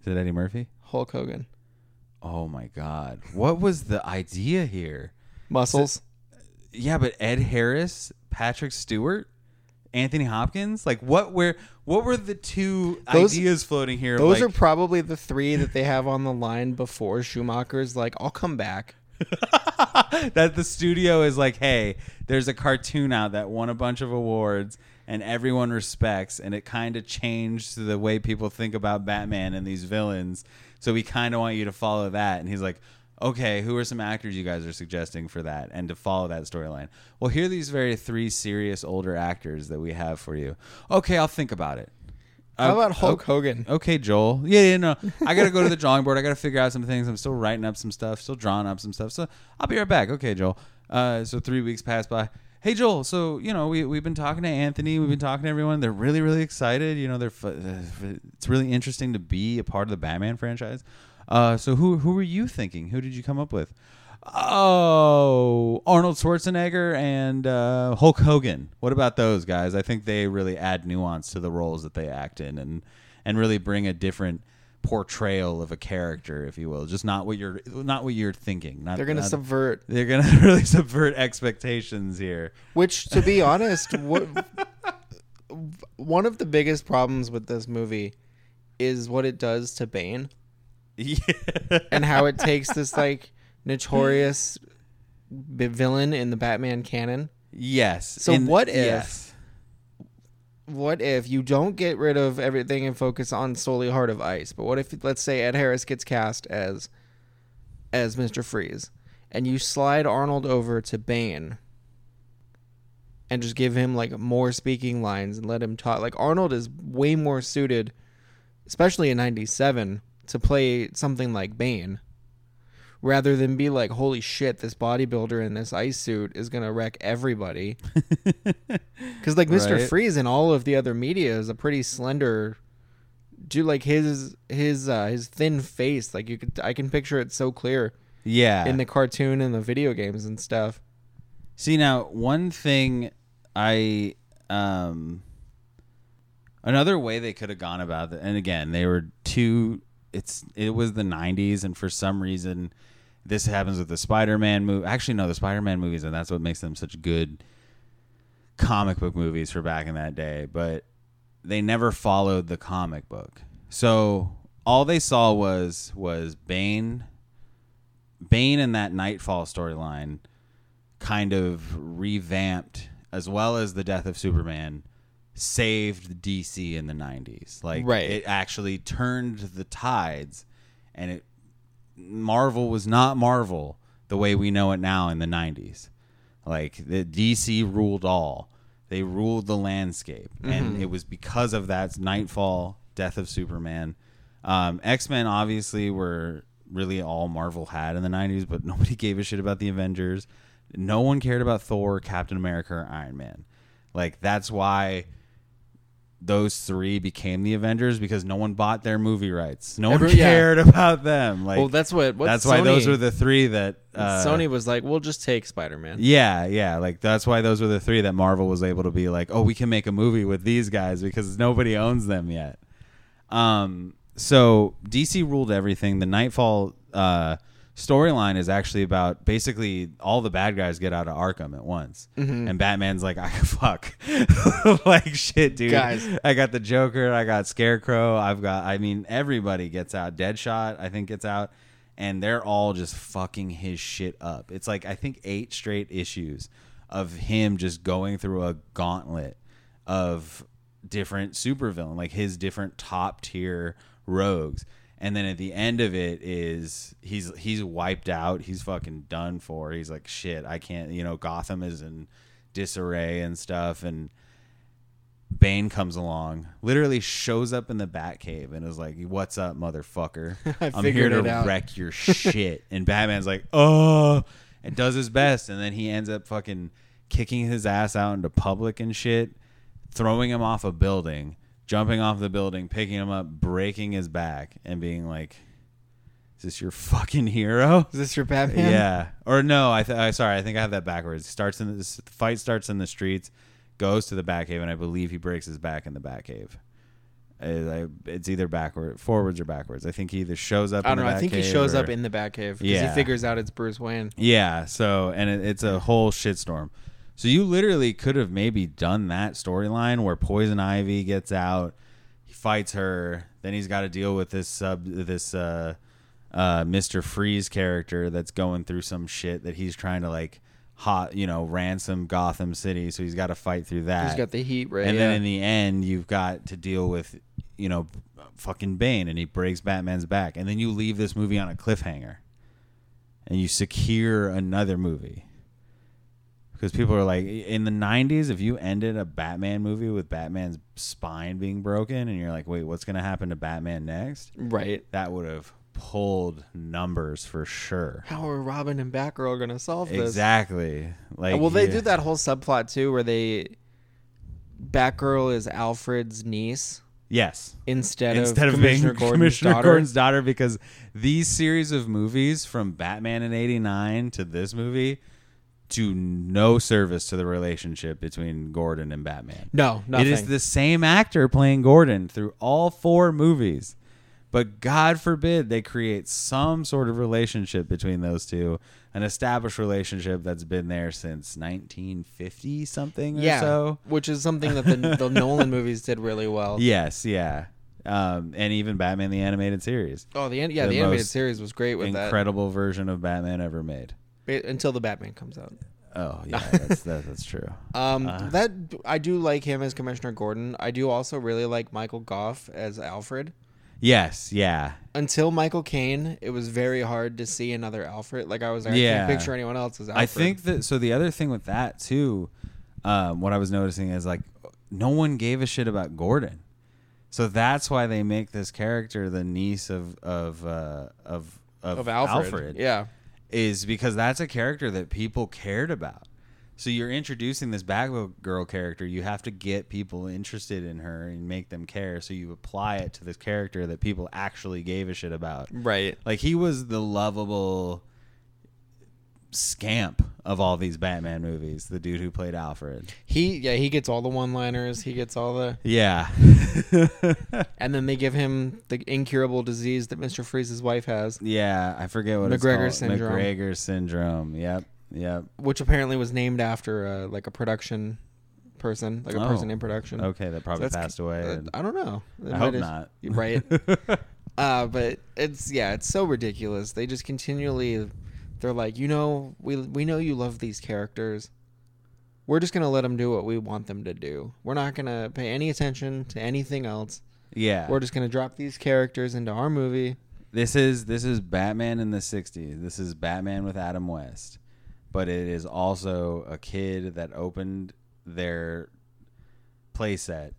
[SPEAKER 1] Is it Eddie Murphy?
[SPEAKER 2] Hulk Hogan
[SPEAKER 1] Oh my God. What was the idea here?
[SPEAKER 2] muscles.
[SPEAKER 1] Yeah, but Ed Harris, Patrick Stewart, Anthony Hopkins? Like what were what were the two
[SPEAKER 2] Those-
[SPEAKER 1] ideas floating here?
[SPEAKER 2] Those
[SPEAKER 1] like,
[SPEAKER 2] are probably the three that they have on the line before Schumacher's like, I'll come back.
[SPEAKER 1] that the studio is like, hey, there's a cartoon out that won a bunch of awards and everyone respects, and it kind of changed the way people think about Batman and these villains. So we kind of want you to follow that. And he's like, okay, who are some actors you guys are suggesting for that and to follow that storyline? Well, here are these very three serious older actors that we have for you. Okay, I'll think about it.
[SPEAKER 2] How about Hulk Hogan?
[SPEAKER 1] Okay, Joel. Yeah, yeah, no. I gotta go to the drawing board. I gotta figure out some things. I'm still writing up some stuff, still drawing up some stuff. So I'll be right back. Okay, Joel. Uh, so three weeks pass by. Hey, Joel. So you know we we've been talking to Anthony. We've been talking to everyone. They're really really excited. You know they're f- uh, f- it's really interesting to be a part of the Batman franchise. Uh, so who who were you thinking? Who did you come up with? Oh, Arnold Schwarzenegger and uh, Hulk Hogan. What about those guys? I think they really add nuance to the roles that they act in, and and really bring a different portrayal of a character, if you will. Just not what you're not what you're thinking. Not
[SPEAKER 2] They're gonna
[SPEAKER 1] not-
[SPEAKER 2] subvert.
[SPEAKER 1] They're gonna really subvert expectations here.
[SPEAKER 2] Which, to be honest, what, one of the biggest problems with this movie is what it does to Bane
[SPEAKER 1] Yeah.
[SPEAKER 2] and how it takes this like notorious b- villain in the Batman canon.
[SPEAKER 1] yes.
[SPEAKER 2] So what if-
[SPEAKER 1] yes.
[SPEAKER 2] What if you don't get rid of everything and focus on solely Heart of Ice? But what if, let's say, Ed Harris gets cast as as Mister Freeze, and you slide Arnold over to Bane, and just give him like more speaking lines and let him talk? Like Arnold is way more suited, especially in '97, to play something like Bane, rather than be like, "Holy shit, this bodybuilder in this ice suit is gonna wreck everybody." Because like Mr.
[SPEAKER 1] Right.
[SPEAKER 2] Freeze in all of the other media is a pretty slender dude. Like his his uh, his thin face, like you could I can picture it so clear.
[SPEAKER 1] yeah.
[SPEAKER 2] in the cartoon and the video games and stuff.
[SPEAKER 1] See now, one thing I um another way they could have gone about it, and again, they were too it's it was the nineties and for some reason this happens with the Spider Man movie. Actually no, the Spider Man movies and that's what makes them such good comic book movies for back in that day, but they never followed the comic book. So all they saw was was Bane Bane and that Nightfall storyline kind of revamped as well as the death of Superman saved DC in the 90s. Like
[SPEAKER 2] Right.
[SPEAKER 1] it actually turned the tides and it Marvel was not Marvel the way we know it now in the 90s. Like the DC ruled all. They ruled the landscape
[SPEAKER 2] Mm-hmm.
[SPEAKER 1] and it was because of that Nightfall, Death of Superman. Um, X-Men obviously were really all Marvel had in the 90s, but nobody gave a shit about the Avengers. No one cared about Thor, Captain America, or Iron Man. Like that's why those three became the Avengers because no one bought their movie rights. No one
[SPEAKER 2] Every- yeah.
[SPEAKER 1] cared about them. Like
[SPEAKER 2] well, Oh, that's what. what's
[SPEAKER 1] that's why those
[SPEAKER 2] Sony-
[SPEAKER 1] were the three that uh,
[SPEAKER 2] Sony was like, "We'll just take Spider-Man."
[SPEAKER 1] Yeah, yeah. Like that's why those were the three that Marvel was able to be like, oh, we can make a movie with these guys because nobody owns them yet. Um, so DC ruled everything. The Nightfall uh, storyline is actually about basically all the bad guys get out of Arkham at once,
[SPEAKER 2] Mm-hmm.
[SPEAKER 1] and Batman's like, I fuck, like shit, dude.
[SPEAKER 2] Guys.
[SPEAKER 1] I got the Joker, I got Scarecrow, I've got, I mean, everybody gets out. Deadshot, I think, gets out, and they're all just fucking his shit up. It's like I think eight straight issues of him just going through a gauntlet of different supervillain, like his different top tier rogues. And then at the end of it is he's he's wiped out, he's fucking done for. He's like shit, I can't, you know, Gotham is in disarray and stuff and Bane comes along, literally shows up in the Batcave and is like, "What's up, motherfucker?
[SPEAKER 2] I
[SPEAKER 1] I'm here
[SPEAKER 2] figured
[SPEAKER 1] to
[SPEAKER 2] it out."
[SPEAKER 1] wreck your shit." and Batman's like, "Oh," and does his best, and then he ends up fucking kicking his ass out into public and shit, throwing him off a building, jumping off the building, picking him up, breaking his back, and being like, "Is this your fucking hero?"
[SPEAKER 2] Is this your Batman?
[SPEAKER 1] Yeah. Or no, I, th- I sorry, I think I have that backwards. Starts in this the fight starts in the streets, goes to the Batcave, and I believe he breaks his back in the Batcave. Uh, I- It's either backward, forwards or backwards. I think he either shows up.
[SPEAKER 2] I
[SPEAKER 1] in
[SPEAKER 2] don't
[SPEAKER 1] the
[SPEAKER 2] know. I think he
[SPEAKER 1] Batcave
[SPEAKER 2] shows
[SPEAKER 1] or-
[SPEAKER 2] up in the Batcave because
[SPEAKER 1] Yeah.
[SPEAKER 2] he figures out it's Bruce Wayne.
[SPEAKER 1] yeah. So and it, it's a whole shitstorm. So you literally could have maybe done that storyline where Poison Ivy gets out, he fights her, then he's got to deal with this sub this uh, uh, Mister Freeze character that's going through some shit that he's trying to like hot you know ransom Gotham City. So he's got to fight through that.
[SPEAKER 2] He's got the heat ray.
[SPEAKER 1] And
[SPEAKER 2] yeah.
[SPEAKER 1] then in the end, you've got to deal with, you know, fucking Bane, and he breaks Batman's back, and then you leave this movie on a cliffhanger, and you secure another movie. Because people are like, in the '90s, if you ended a Batman movie with Batman's spine being broken, and you're like, wait, what's gonna happen to Batman next?
[SPEAKER 2] right.
[SPEAKER 1] That would have pulled numbers for sure.
[SPEAKER 2] How are Robin and Batgirl gonna solve this?
[SPEAKER 1] Exactly. Like,
[SPEAKER 2] Well, they
[SPEAKER 1] yeah.
[SPEAKER 2] do that whole subplot too, where they Batgirl is Alfred's niece
[SPEAKER 1] Yes.
[SPEAKER 2] instead,
[SPEAKER 1] instead
[SPEAKER 2] of,
[SPEAKER 1] of being
[SPEAKER 2] Commissioner Gordon's
[SPEAKER 1] Commissioner
[SPEAKER 2] daughter.
[SPEAKER 1] Gordon's daughter because these series of movies from Batman in 89 to this movie do no service to the relationship between Gordon and Batman.
[SPEAKER 2] No, nothing.
[SPEAKER 1] It is the same actor playing Gordon through all four movies. But God forbid they create some sort of relationship between those two, an established relationship that's been there since 1950 something or
[SPEAKER 2] yeah,
[SPEAKER 1] so.
[SPEAKER 2] which is something that the, the Nolan movies did really well.
[SPEAKER 1] Yes, yeah. Um, and even Batman the animated series.
[SPEAKER 2] Oh, the an- yeah,
[SPEAKER 1] The
[SPEAKER 2] the, animated
[SPEAKER 1] most
[SPEAKER 2] series was great with
[SPEAKER 1] incredible version of Batman ever made.
[SPEAKER 2] that ba- until the Batman comes out.
[SPEAKER 1] Oh yeah, that's that, that's true.
[SPEAKER 2] Um,
[SPEAKER 1] Uh.
[SPEAKER 2] that I do like him as Commissioner Gordon. I do also really like Michael Goff as Alfred.
[SPEAKER 1] Yes, yeah,
[SPEAKER 2] Until Michael Caine, it was very hard to see another Alfred. Like I was, like, I
[SPEAKER 1] Yeah.
[SPEAKER 2] can't picture anyone else as Alfred.
[SPEAKER 1] I think that. So the other thing with that too, um, what I was noticing is like no one gave a shit about Gordon, so that's why they make this character the niece of of uh, of, of
[SPEAKER 2] of Alfred. Yeah,
[SPEAKER 1] is because that's a character that people cared about. So you're introducing this Batgirl character. You have to get people interested in her and make them care. So you apply it to this character that people actually gave a shit about.
[SPEAKER 2] right.
[SPEAKER 1] Like he was the lovable scamp of all these Batman movies, the dude who played Alfred.
[SPEAKER 2] He yeah, he gets all the one-liners, he gets all the
[SPEAKER 1] Yeah.
[SPEAKER 2] and then they give him the incurable disease that Mr. Freeze's wife has,
[SPEAKER 1] yeah, I forget what it's
[SPEAKER 2] McGregor
[SPEAKER 1] called.
[SPEAKER 2] syndrome.
[SPEAKER 1] McGregor syndrome. Yep. Yep.
[SPEAKER 2] which apparently was named after uh, like a production person, like a
[SPEAKER 1] Oh.
[SPEAKER 2] person in production.
[SPEAKER 1] Okay, that probably
[SPEAKER 2] that's-
[SPEAKER 1] passed away.
[SPEAKER 2] Uh,
[SPEAKER 1] and-
[SPEAKER 2] I don't know. It
[SPEAKER 1] I hope
[SPEAKER 2] might
[SPEAKER 1] not.
[SPEAKER 2] have- Right. uh, but it's yeah, it's so ridiculous. They just continually, they're like, you know, we we know you love these characters. We're just gonna let them do what we want them to do. We're not gonna pay any attention to anything else.
[SPEAKER 1] yeah.
[SPEAKER 2] We're just gonna drop these characters into our movie.
[SPEAKER 1] This is this is Batman in the '60s. This is Batman with Adam West, but it is also a kid that opened their playset,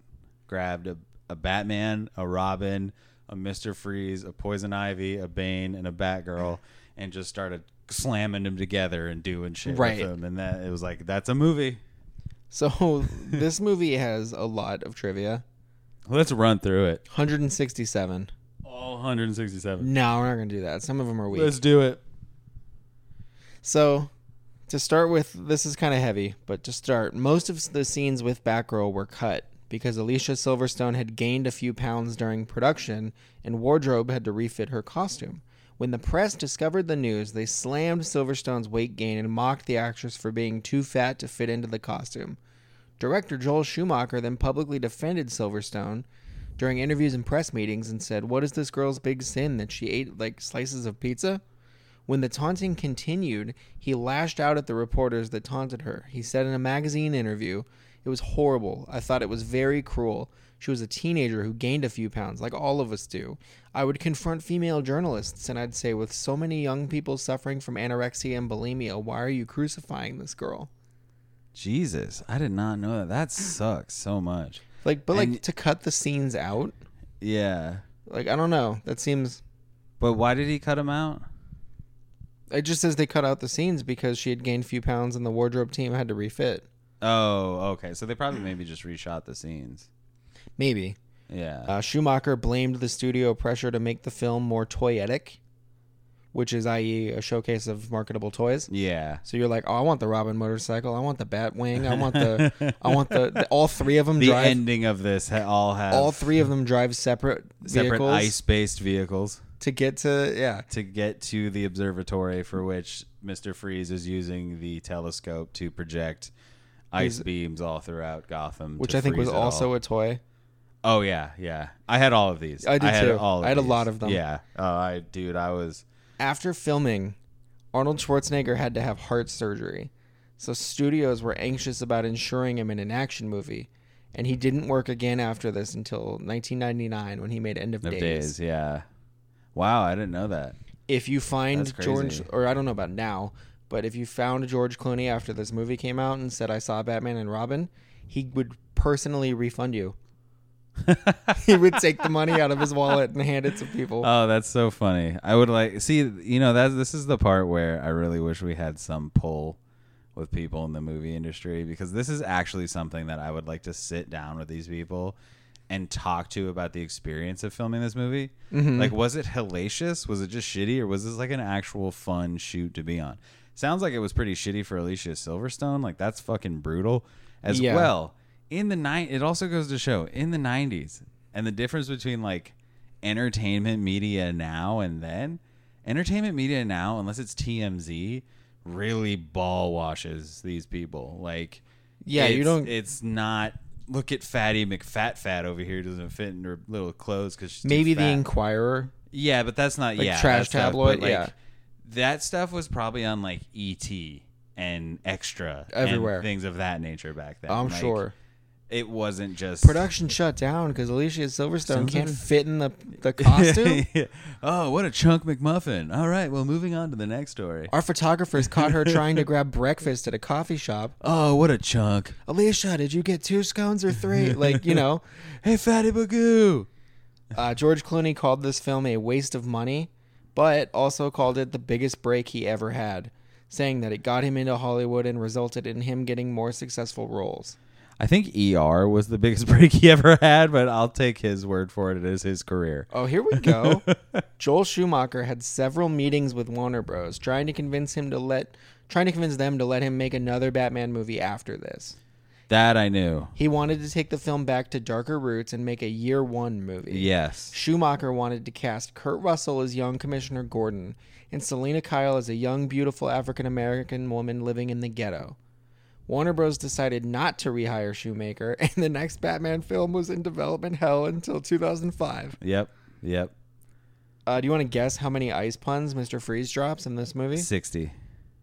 [SPEAKER 1] grabbed a, a Batman, a Robin, a Mister Freeze, a Poison Ivy, a Bane, and a Batgirl, and just started slamming them together and doing shit
[SPEAKER 2] Right.
[SPEAKER 1] with them. And that it was like that's a movie.
[SPEAKER 2] So this movie has a lot of trivia.
[SPEAKER 1] Let's run through it.
[SPEAKER 2] 167.
[SPEAKER 1] All 167.
[SPEAKER 2] No, we're not gonna do that. Some of them are weak.
[SPEAKER 1] Let's do it.
[SPEAKER 2] So, to start with, this is kind of heavy, but to start, most of the scenes with Batgirl were cut because Alicia Silverstone had gained a few pounds during production and wardrobe had to refit her costume. When the press discovered the news, they slammed Silverstone's weight gain and mocked the actress for being too fat to fit into the costume. Director Joel Schumacher then publicly defended Silverstone during interviews and press meetings and said, What is this girl's big sin that she ate like slices of pizza? When the taunting continued, he lashed out at the reporters that taunted her. He said in a magazine interview, It was horrible. I thought it was very cruel. She was a teenager who gained a few pounds, like all of us do. I would confront female journalists and I'd say, With so many young people suffering from anorexia and bulimia, why are you crucifying this girl?
[SPEAKER 1] Jesus, I did not know that. That sucks so much.
[SPEAKER 2] Like, but like
[SPEAKER 1] And-
[SPEAKER 2] to cut the scenes out,
[SPEAKER 1] Yeah.
[SPEAKER 2] like, I don't know. That seems.
[SPEAKER 1] But why did he cut him out?
[SPEAKER 2] It just says they cut out the scenes because she had gained a few pounds and the wardrobe team had to refit.
[SPEAKER 1] Oh, okay. So they probably maybe just reshot the scenes.
[SPEAKER 2] Maybe.
[SPEAKER 1] Yeah.
[SPEAKER 2] Uh, Schumacher blamed the studio pressure to make the film more toyetic, which is, i.e., a showcase of marketable toys.
[SPEAKER 1] yeah.
[SPEAKER 2] So you're like, oh, I want the Robin motorcycle, I want the Batwing, I want the, I want the, the all three of them
[SPEAKER 1] The
[SPEAKER 2] drive,
[SPEAKER 1] ending of this ha- all have
[SPEAKER 2] all three of them drive separate
[SPEAKER 1] separate
[SPEAKER 2] vehicles
[SPEAKER 1] ice-based vehicles
[SPEAKER 2] to get to, yeah,
[SPEAKER 1] to get to the observatory for which Mr. Freeze is using the telescope to project ice beams all throughout Gotham,
[SPEAKER 2] which
[SPEAKER 1] to
[SPEAKER 2] I think was
[SPEAKER 1] freeze it all.
[SPEAKER 2] also a toy.
[SPEAKER 1] Oh yeah, yeah. I had all of these.
[SPEAKER 2] I did
[SPEAKER 1] had
[SPEAKER 2] too.
[SPEAKER 1] All of
[SPEAKER 2] I had a
[SPEAKER 1] these.
[SPEAKER 2] lot of them.
[SPEAKER 1] Yeah. Oh, I dude, I was.
[SPEAKER 2] After filming, Arnold Schwarzenegger had to have heart surgery. So studios were anxious about insuring him in an action movie. And he didn't work again after this until 1999 when he made End of,
[SPEAKER 1] Of
[SPEAKER 2] Days.
[SPEAKER 1] days, yeah. Wow, I didn't know that.
[SPEAKER 2] If you find
[SPEAKER 1] That's
[SPEAKER 2] George,
[SPEAKER 1] crazy.
[SPEAKER 2] or I don't know about now, but if you found George Clooney after this movie came out and said, I saw Batman and Robin, he would personally refund you. he would take the money out of his wallet and hand it to people.
[SPEAKER 1] Oh, that's so funny. I would like see you know that this is the part where I really wish we had some pull with people in the movie industry because this is actually something that I would like to sit down with these people and talk to about the experience of filming this movie. Like was it hellacious? Was it just shitty or was this like an actual fun shoot to be on? Sounds like it was pretty shitty for Alicia Silverstone. Like that's fucking brutal as
[SPEAKER 2] Yeah.
[SPEAKER 1] well. In the night it also goes to show in the 90s and the difference between like entertainment media now and then. Entertainment media now, unless it's TMZ, really ball washes these people. Like,
[SPEAKER 2] Yeah, you
[SPEAKER 1] it's-
[SPEAKER 2] don't-
[SPEAKER 1] It's not. Look at Fatty McFat Fat over here doesn't fit in her little clothes because she's too
[SPEAKER 2] Maybe the
[SPEAKER 1] fat.
[SPEAKER 2] Inquirer.
[SPEAKER 1] yeah, but that's not
[SPEAKER 2] Like
[SPEAKER 1] yeah
[SPEAKER 2] trash
[SPEAKER 1] that stuff, but,
[SPEAKER 2] tabloid,
[SPEAKER 1] like,
[SPEAKER 2] yeah.
[SPEAKER 1] that stuff was probably on like ET and Extra and
[SPEAKER 2] Everywhere.
[SPEAKER 1] things of that nature back then.
[SPEAKER 2] I'm
[SPEAKER 1] Like,
[SPEAKER 2] sure.
[SPEAKER 1] it wasn't just
[SPEAKER 2] production shut down because Alicia Silverstone can't fit in the, the costume.
[SPEAKER 1] oh, what a chunk McMuffin! All right, well, moving on to the next story.
[SPEAKER 2] Our photographers caught her trying to grab breakfast at a coffee shop.
[SPEAKER 1] Oh, what a chunk!
[SPEAKER 2] Alicia, did you get two scones or three? Like, you know,
[SPEAKER 1] Hey, Fatty Bagoo.
[SPEAKER 2] uh, George Clooney called this film a waste of money, but also called it the biggest break he ever had, saying that it got him into Hollywood and resulted in him getting more successful roles.
[SPEAKER 1] I think ER was the biggest break he ever had, but I'll take his word for it. It is his career.
[SPEAKER 2] Oh, here we go. Joel Schumacher had several meetings with Warner Bros. trying to convince him to let trying to convince them to let him make another Batman movie after this.
[SPEAKER 1] That I knew.
[SPEAKER 2] He wanted to take the film back to darker roots and make a year one movie.
[SPEAKER 1] Yes.
[SPEAKER 2] Schumacher wanted to cast Kurt Russell as young Commissioner Gordon and Selena Kyle as a young, beautiful African American woman living in the ghetto. Warner Bros. decided not to rehire Shoemaker, and the next Batman film was in development hell until 2005.
[SPEAKER 1] Yep. Yep.
[SPEAKER 2] Uh, do you want to guess how many ice puns Mr. Freeze drops in this movie?
[SPEAKER 1] 60.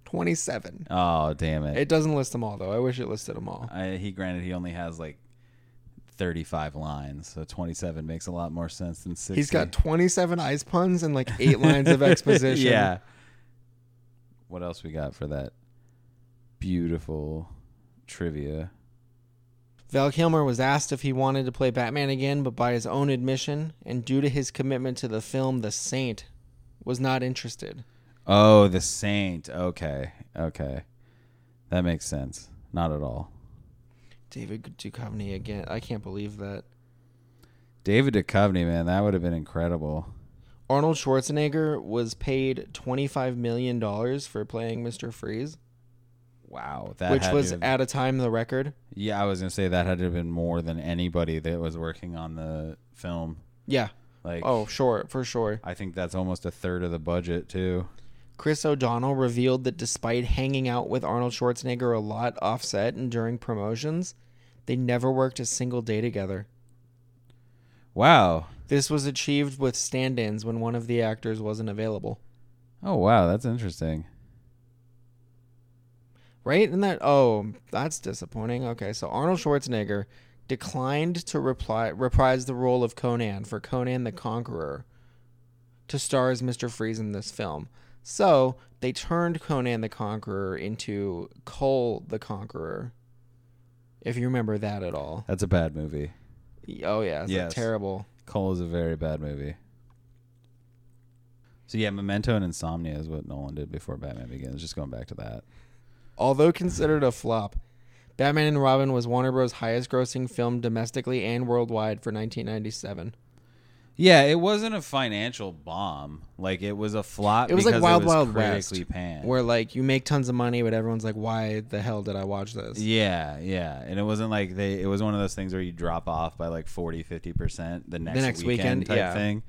[SPEAKER 2] 27.
[SPEAKER 1] Oh, damn it.
[SPEAKER 2] It doesn't list them all, though. I wish it listed them all.
[SPEAKER 1] I, he granted he only has like 35 lines, so 27 makes a lot more sense than 60.
[SPEAKER 2] He's got 27 ice puns and like eight lines of exposition.
[SPEAKER 1] yeah. What else we got for that beautiful trivia?
[SPEAKER 2] Val Kilmer was asked if he wanted to play Batman again, but by his own admission, and due to his commitment to the film The Saint, was not interested.
[SPEAKER 1] Oh, the saint. Okay. Okay. That makes sense. Not at all.
[SPEAKER 2] David Duchovny again. I can't believe that.
[SPEAKER 1] David Duchovny, man, that would have been incredible.
[SPEAKER 2] Arnold Schwarzenegger was paid $25 million for playing Mr. Freeze,
[SPEAKER 1] Wow, that
[SPEAKER 2] which
[SPEAKER 1] had
[SPEAKER 2] was
[SPEAKER 1] to have-
[SPEAKER 2] at a time the record.
[SPEAKER 1] yeah. I was gonna say that had to have been more than anybody that was working on the film.
[SPEAKER 2] Yeah.
[SPEAKER 1] Like,
[SPEAKER 2] Oh, sure, for sure.
[SPEAKER 1] I think that's almost a third of the budget too.
[SPEAKER 2] Chris O'Donnell revealed that despite hanging out with Arnold Schwarzenegger a lot offset and during promotions, they never worked a single day together.
[SPEAKER 1] Wow.
[SPEAKER 2] This was achieved with stand ins when one of the actors wasn't available.
[SPEAKER 1] Oh wow, that's interesting.
[SPEAKER 2] Right? And that, oh, that's disappointing. Okay, so Arnold Schwarzenegger declined to reply, reprise the role of Conan for Conan the Conqueror to star as Mr. Freeze in this film. So they turned Conan the Conqueror into Cole the Conqueror, if you remember that at all.
[SPEAKER 1] That's a bad movie.
[SPEAKER 2] Oh, yeah, it's a
[SPEAKER 1] Yes.
[SPEAKER 2] terrible.
[SPEAKER 1] Cole is a very bad movie. So yeah, Memento and Insomnia is what Nolan did before Batman Begins. Just going back to that.
[SPEAKER 2] Although considered a flop, Batman and Robin was Warner Bros.' highest grossing film domestically and worldwide for 1997.
[SPEAKER 1] Yeah, it wasn't a financial bomb. Like it was a flop.
[SPEAKER 2] It was
[SPEAKER 1] Uh, because
[SPEAKER 2] like Wild
[SPEAKER 1] was
[SPEAKER 2] Wild West,
[SPEAKER 1] critically panned.
[SPEAKER 2] where like you make tons of money, but everyone's like, why the hell did I watch this?
[SPEAKER 1] Yeah, yeah. And it wasn't like they it was one of those things where you drop off by like 40 50% the next,
[SPEAKER 2] next
[SPEAKER 1] weekend,
[SPEAKER 2] weekend,
[SPEAKER 1] type
[SPEAKER 2] yeah.
[SPEAKER 1] thing.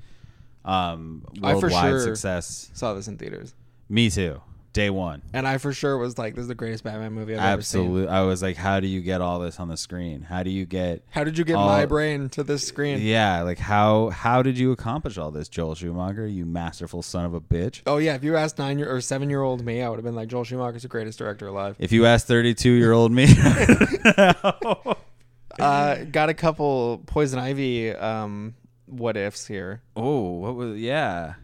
[SPEAKER 1] Um
[SPEAKER 2] I for
[SPEAKER 1] worldwide
[SPEAKER 2] sure-
[SPEAKER 1] success.
[SPEAKER 2] Saw this in theaters,
[SPEAKER 1] Me too. Day 1.
[SPEAKER 2] and I for sure was like, this is the greatest Batman movie I've ever seen.
[SPEAKER 1] Absolutely. I was like how do you get all this on the screen? How do you get
[SPEAKER 2] How did you get
[SPEAKER 1] All-
[SPEAKER 2] my brain to this screen?
[SPEAKER 1] Yeah, like how how did you accomplish all this, Joel Schumacher, you masterful son of a bitch?
[SPEAKER 2] Oh yeah, if you asked nine year or seven year old me, I would have been like, Joel Schumacher's the greatest director alive.
[SPEAKER 1] If you ask 32-year-old me.
[SPEAKER 2] Uh, got a couple Poison Ivy um, what ifs here.
[SPEAKER 1] oh, what was yeah.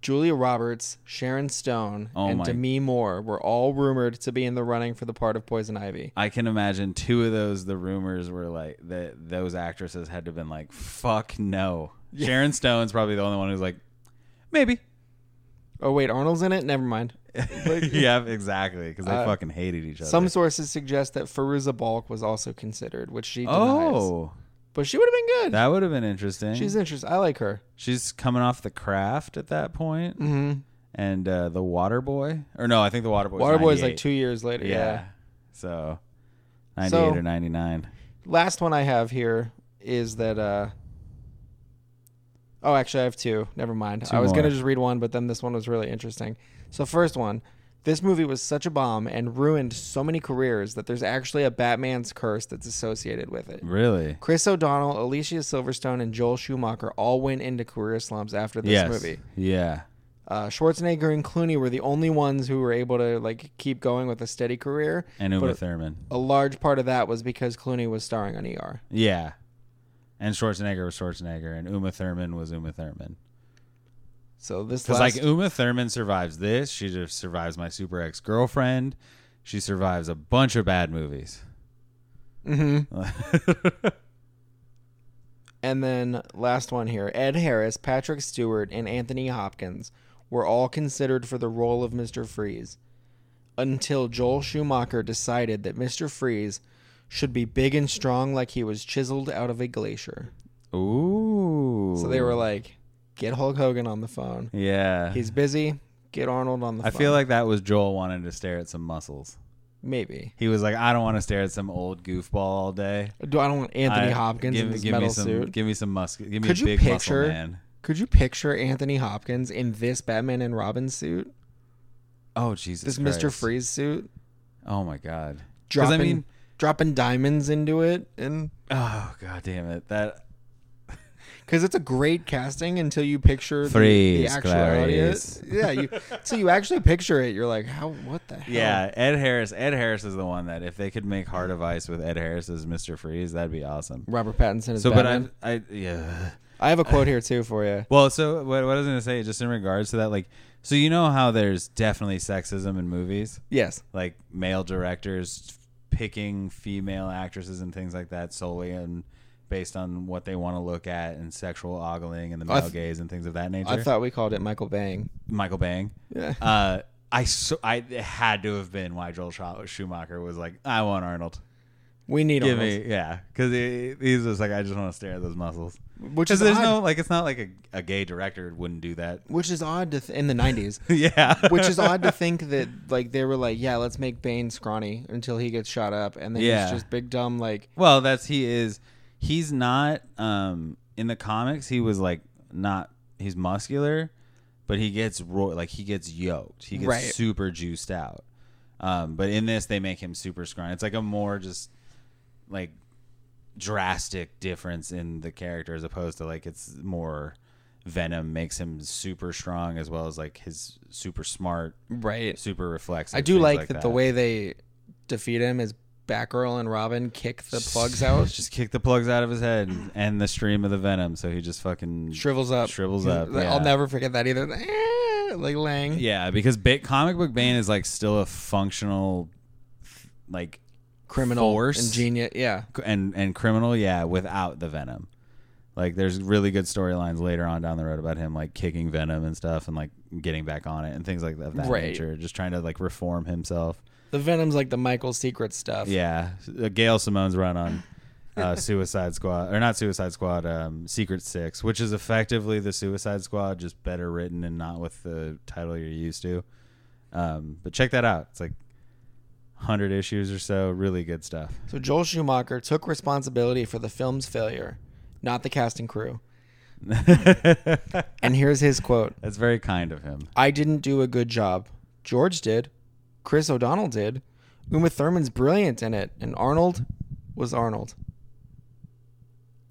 [SPEAKER 2] Julia Roberts, Sharon Stone,
[SPEAKER 1] Oh
[SPEAKER 2] and
[SPEAKER 1] my-
[SPEAKER 2] Demi Moore were all rumored to be in the running for the part of Poison Ivy.
[SPEAKER 1] I can imagine two of those. The rumors were like that those actresses had to have been like, "Fuck no." Sharon Stone's probably the only one who's like, maybe.
[SPEAKER 2] Oh wait, Arnold's in it. Never mind.
[SPEAKER 1] yeah, exactly. Because they fucking hated each other.
[SPEAKER 2] Some sources suggest that Feruza Balk was also considered, which she denies.
[SPEAKER 1] oh,
[SPEAKER 2] But she would have been good.
[SPEAKER 1] that would have been interesting.
[SPEAKER 2] She's interesting. I like her.
[SPEAKER 1] She's coming off the craft at that point,
[SPEAKER 2] Mm-hmm.
[SPEAKER 1] and uh, the Water Boy, or no, I think the Water Boy.
[SPEAKER 2] Waterboy's like two years later.
[SPEAKER 1] Yeah.
[SPEAKER 2] Yeah.
[SPEAKER 1] So, ninety-eight
[SPEAKER 2] So-
[SPEAKER 1] or ninety-nine.
[SPEAKER 2] Last one I have here is that. uh Oh, actually, I have two. Never mind. I was
[SPEAKER 1] more.
[SPEAKER 2] gonna just read one, but then this one was really interesting. So first one, this movie was such a bomb and ruined so many careers that there's actually a Batman's curse that's associated with it.
[SPEAKER 1] Really?
[SPEAKER 2] Chris O'Donnell, Alicia Silverstone, and Joel Schumacher all went into career slumps after this
[SPEAKER 1] yes.
[SPEAKER 2] movie.
[SPEAKER 1] Yeah.
[SPEAKER 2] Uh, Schwarzenegger and Clooney were the only ones who were able to like keep going with a steady career.
[SPEAKER 1] And Uma
[SPEAKER 2] But-
[SPEAKER 1] Thurman.
[SPEAKER 2] A large part of that was because Clooney was starring on ER.
[SPEAKER 1] Yeah. And Schwarzenegger was Schwarzenegger, and Uma Thurman was Uma Thurman.
[SPEAKER 2] So this
[SPEAKER 1] Because
[SPEAKER 2] last,
[SPEAKER 1] like Uma Thurman survives this, she just survives my super ex girlfriend. She survives a bunch of bad movies.
[SPEAKER 2] Mhm. and then last one here: Ed Harris, Patrick Stewart, and Anthony Hopkins were all considered for the role of Mister Freeze, until Joel Schumacher decided that Mister Freeze should be big and strong like he was chiseled out of a glacier.
[SPEAKER 1] Ooh.
[SPEAKER 2] So they were like, "Get Hulk Hogan on the phone.
[SPEAKER 1] yeah,
[SPEAKER 2] He's busy. Get Arnold on the.
[SPEAKER 1] I
[SPEAKER 2] phone.
[SPEAKER 1] feel like that was Joel wanting to stare at some muscles.
[SPEAKER 2] maybe.
[SPEAKER 1] He was like, I don't want to stare at some old goofball all day.
[SPEAKER 2] Do I don't want Anthony
[SPEAKER 1] I-
[SPEAKER 2] Hopkins
[SPEAKER 1] give,
[SPEAKER 2] in his
[SPEAKER 1] give
[SPEAKER 2] metal
[SPEAKER 1] me some,
[SPEAKER 2] suit?
[SPEAKER 1] Give me some muscle. Give me
[SPEAKER 2] Could
[SPEAKER 1] a
[SPEAKER 2] you
[SPEAKER 1] big
[SPEAKER 2] picture-
[SPEAKER 1] muscle man.
[SPEAKER 2] Could you picture Anthony Hopkins in this Batman and Robin suit?
[SPEAKER 1] Oh Jesus!
[SPEAKER 2] This Mister
[SPEAKER 1] Christ.
[SPEAKER 2] Freeze suit?
[SPEAKER 1] Oh my God. 'Cause,
[SPEAKER 2] Dropping
[SPEAKER 1] I mean,
[SPEAKER 2] dropping diamonds into it and
[SPEAKER 1] oh God damn it! That
[SPEAKER 2] because it's a great casting until you picture the, the
[SPEAKER 1] Freeze,
[SPEAKER 2] actual
[SPEAKER 1] Clarice.
[SPEAKER 2] audience. Yeah, you so you actually picture it, you're like, how? What the hell?
[SPEAKER 1] yeah. Ed Harris. Ed Harris is the one that if they could make Heart of Ice with Ed Harris as Mister Freeze, that'd be awesome.
[SPEAKER 2] Robert Pattinson is
[SPEAKER 1] So, but
[SPEAKER 2] Batman.
[SPEAKER 1] I, I yeah.
[SPEAKER 2] I, have a quote here too for you.
[SPEAKER 1] Well, so what, what I was gonna say, just in regards to that, like, so you know how there's definitely sexism in movies,
[SPEAKER 2] Yes,
[SPEAKER 1] like male directors picking female actresses and things like that solely and based on what they want to look at and sexual ogling and the
[SPEAKER 2] I
[SPEAKER 1] male
[SPEAKER 2] th-
[SPEAKER 1] gaze and things of that nature.
[SPEAKER 2] I thought we called it Michael Bang.
[SPEAKER 1] Michael Bang.
[SPEAKER 2] Yeah.
[SPEAKER 1] Uh, I so I it had to have been why Joel Scha- Schumacher was like, I want Arnold.
[SPEAKER 2] We need
[SPEAKER 1] Give
[SPEAKER 2] Arnold.
[SPEAKER 1] me, yeah, because he, he's just like, I just want to stare at those muscles.
[SPEAKER 2] which
[SPEAKER 1] Because
[SPEAKER 2] is
[SPEAKER 1] there's
[SPEAKER 2] odd,
[SPEAKER 1] no like, it's not like a, a gay director wouldn't do that.
[SPEAKER 2] which is odd to th- in the '90s.
[SPEAKER 1] yeah,
[SPEAKER 2] Which is odd to think that like they were like, yeah, let's make Bane scrawny until he gets shot up, and then
[SPEAKER 1] Yeah.
[SPEAKER 2] he's just big dumb like
[SPEAKER 1] Well, that's he is. He's not um in the comics. He was like not. He's muscular, but he gets ro- like he gets yoked. He gets
[SPEAKER 2] Right.
[SPEAKER 1] super juiced out. Um, but in this, they make him super scrawny. It's like a more just like drastic difference in the character as opposed to like it's more venom makes him super strong as well as like his super smart
[SPEAKER 2] right.
[SPEAKER 1] super reflexive
[SPEAKER 2] I do
[SPEAKER 1] things
[SPEAKER 2] like, that, the way they defeat him is Batgirl and Robin kick the plugs out,
[SPEAKER 1] Just kick the plugs out of his head and the stream of the venom, so he just fucking.
[SPEAKER 2] shrivels up,
[SPEAKER 1] Shrivels up,
[SPEAKER 2] Like,
[SPEAKER 1] yeah.
[SPEAKER 2] I'll never forget that either. Like Lang,
[SPEAKER 1] yeah, because ba- comic book Bane is like still a functional, like,
[SPEAKER 2] criminal,
[SPEAKER 1] Force.
[SPEAKER 2] ingenious. Yeah,
[SPEAKER 1] c- and and criminal. Yeah, without the venom, like there's really good storylines later on down the road about him like kicking venom and stuff and like getting back on it and things like that. Of that
[SPEAKER 2] Right.
[SPEAKER 1] nature, just trying to like reform himself.
[SPEAKER 2] the Venom's like the Michael Secret stuff.
[SPEAKER 1] Yeah, uh, Gail Simone's run on uh, Suicide Squad, or not Suicide Squad, um, Secret Six, which is effectively the Suicide Squad, just better written and not with the title you're used to. Um, but check that out; it's like hundred issues or so, really good stuff.
[SPEAKER 2] So Joel Schumacher took responsibility for the film's failure, not the casting crew.
[SPEAKER 1] That's
[SPEAKER 2] And here's his quote.
[SPEAKER 1] very kind of him.
[SPEAKER 2] I didn't do a good job. George did. Chris O'Donnell did. Uma Thurman's brilliant in it, and Arnold was Arnold.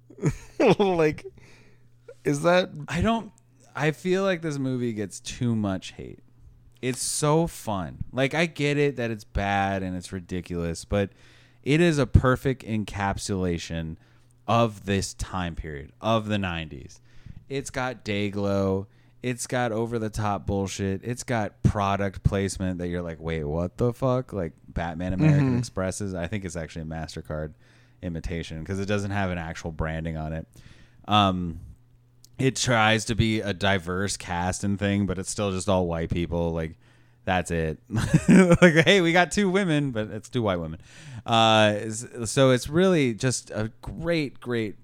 [SPEAKER 2] like, is that
[SPEAKER 1] I don't. I feel like this movie gets too much hate. It's so fun. Like I get it that it's bad and it's ridiculous, but it is a perfect encapsulation of this time period of the 90s. It's got day glow, it's got over the top bullshit, it's got product placement that you're like, "Wait, what the fuck?" like Batman American Expresses. I think it's actually a Mastercard imitation because it doesn't have an actual branding on it. Um it tries to be a diverse cast and thing, but it's still just all white people. Like that's it. like hey, we got two women, but it's two white women. Uh, s- so it's really just a great, great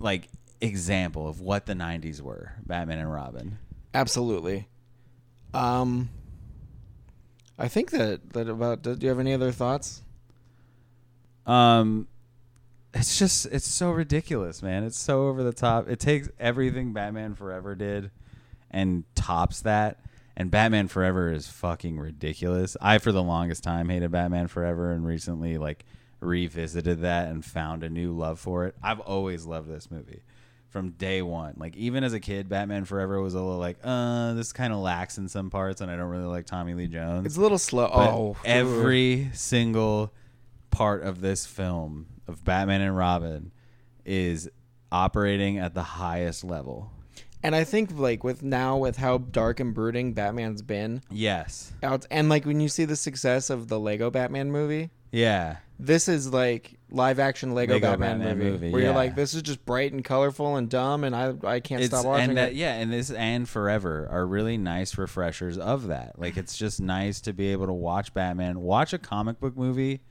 [SPEAKER 1] like example of what the '90s were. Batman and Robin.
[SPEAKER 2] absolutely? Um, I think that that about. Do you have any other thoughts?
[SPEAKER 1] Um, it's just it's so ridiculous, man. It's so over the top. It takes everything Batman Forever did and tops that. And Batman Forever is fucking ridiculous. I for the longest time hated Batman Forever and recently like revisited that and found a new love for it. I've always loved this movie from day one. Like even as a kid, Batman Forever was a little like, uh, this kind of lacks in some parts and I don't really like Tommy Lee Jones.
[SPEAKER 2] It's a little slow.
[SPEAKER 1] But
[SPEAKER 2] oh,
[SPEAKER 1] every single part of this film of Batman and Robin is operating at the highest level.
[SPEAKER 2] and I think like with now with how dark and brooding Batman's been
[SPEAKER 1] Yes.
[SPEAKER 2] out, and like when you see the success of the Lego Batman movie,
[SPEAKER 1] Yeah.
[SPEAKER 2] this is like live action Lego,
[SPEAKER 1] Lego
[SPEAKER 2] Batman,
[SPEAKER 1] Batman
[SPEAKER 2] movie,
[SPEAKER 1] movie,
[SPEAKER 2] where you're
[SPEAKER 1] yeah.
[SPEAKER 2] like, this is just bright and colorful and dumb, and I I can't
[SPEAKER 1] It's,
[SPEAKER 2] stop watching
[SPEAKER 1] and that,
[SPEAKER 2] it.
[SPEAKER 1] yeah, and this and Forever are really nice refreshers of that. Like it's just nice to be able to watch Batman, watch a comic book movie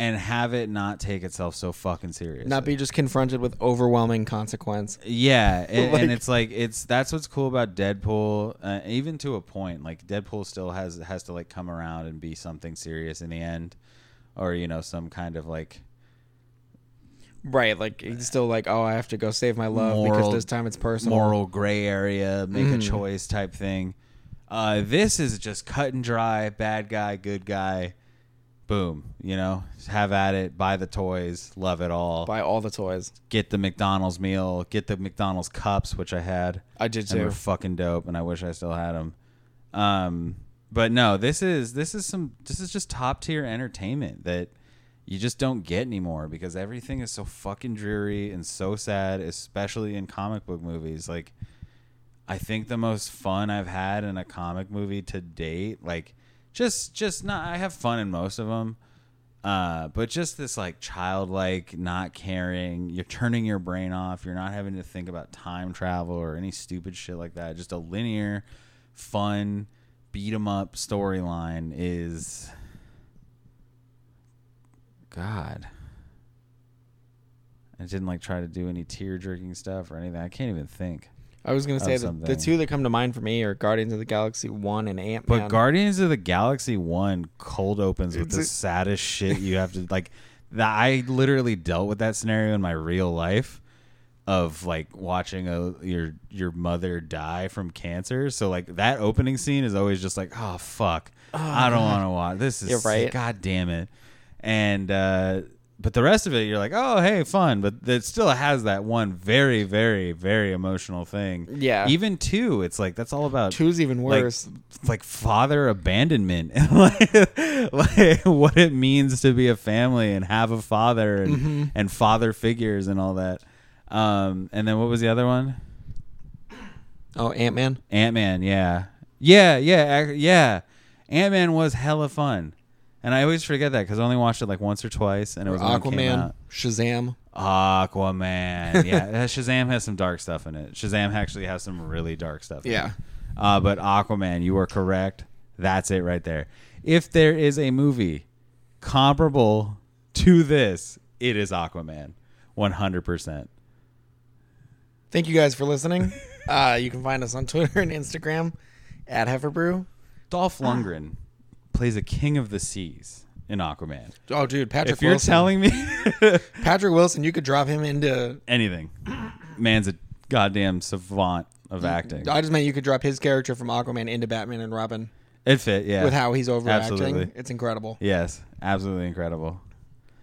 [SPEAKER 1] and have it not take itself so fucking seriously.
[SPEAKER 2] Not be just confronted with overwhelming consequence.
[SPEAKER 1] Yeah, and,
[SPEAKER 2] Like-
[SPEAKER 1] and it's like it's that's what's cool about Deadpool. Uh, even to a point, like Deadpool still has has to like come around and be something serious in the end, or you know some kind of like
[SPEAKER 2] Right, like he's still like, oh, I have to go save my love
[SPEAKER 1] Moral-
[SPEAKER 2] because this time it's personal.
[SPEAKER 1] moral gray area, make
[SPEAKER 2] Mm.
[SPEAKER 1] a choice type thing. Uh, this is just cut and dry, bad guy, good guy, boom. You know, Just have at it, buy the toys, love it all,
[SPEAKER 2] Buy all the toys.
[SPEAKER 1] get the McDonald's meal, get the McDonald's cups, which I had.
[SPEAKER 2] I did
[SPEAKER 1] and
[SPEAKER 2] too.
[SPEAKER 1] they're fucking dope and i wish i still had them um but no this is this is some this is just top tier entertainment that you just don't get anymore because everything is so fucking dreary and so sad especially in comic book movies like i think the most fun i've had in a comic movie to date like just just not i have fun in most of them uh, but just this like childlike not caring you're turning your brain off you're not having to think about time travel or any stupid shit like that just a linear fun beat 'em up storyline is god i didn't like try to do any tear jerking stuff or anything i can't even think
[SPEAKER 2] I was gonna
[SPEAKER 1] of
[SPEAKER 2] say that the
[SPEAKER 1] something.
[SPEAKER 2] two that come to mind for me are Guardians of the Galaxy One and Ant
[SPEAKER 1] But
[SPEAKER 2] Man.
[SPEAKER 1] Guardians of the Galaxy One cold opens with
[SPEAKER 2] It's
[SPEAKER 1] the
[SPEAKER 2] a-
[SPEAKER 1] saddest shit you have to like. That I literally dealt with that scenario in my real life of like watching a your your mother die from cancer. So like that opening scene is always just like, oh fuck, I don't want to watch this. Is
[SPEAKER 2] You're right.
[SPEAKER 1] God damn it. And uh, but the rest of it, you're like, oh hey, fun. But it still has that one very very very emotional thing.
[SPEAKER 2] Yeah.
[SPEAKER 1] Even two, it's like that's all about
[SPEAKER 2] Two's even
[SPEAKER 1] like-
[SPEAKER 2] worse.
[SPEAKER 1] like, father abandonment and like, like what it means to be a family and have a father and, and father figures and all that um and then what was the other one
[SPEAKER 2] oh, Ant Man.
[SPEAKER 1] ant-man yeah yeah yeah ac- yeah ant-man was hella fun and i always forget that because i only watched it like once or twice and it was when it came
[SPEAKER 2] Aquaman.
[SPEAKER 1] out.
[SPEAKER 2] Shazam.
[SPEAKER 1] aquaman yeah Uh, shazam has some dark stuff in it shazam actually has some really dark stuff in it.
[SPEAKER 2] Yeah.
[SPEAKER 1] Uh, but Aquaman, you are correct. That's it right there. If there is a movie comparable to this, it is Aquaman. 100%.
[SPEAKER 2] Thank you guys for listening. uh, you can find us on Twitter and Instagram at Heiferbrew. Ah.
[SPEAKER 1] Dolph Lundgren plays a king of the seas in Aquaman.
[SPEAKER 2] Oh, dude, Patrick.
[SPEAKER 1] If you're
[SPEAKER 2] Wilson.
[SPEAKER 1] telling me
[SPEAKER 2] Patrick Wilson, you could drop him into.
[SPEAKER 1] anything, man's a goddamn savant of acting.
[SPEAKER 2] I just meant you could drop his character from Aquaman into Batman and Robin
[SPEAKER 1] It fit, yeah.
[SPEAKER 2] with how he's overacting.
[SPEAKER 1] Absolutely.
[SPEAKER 2] It's incredible.
[SPEAKER 1] Yes, absolutely incredible.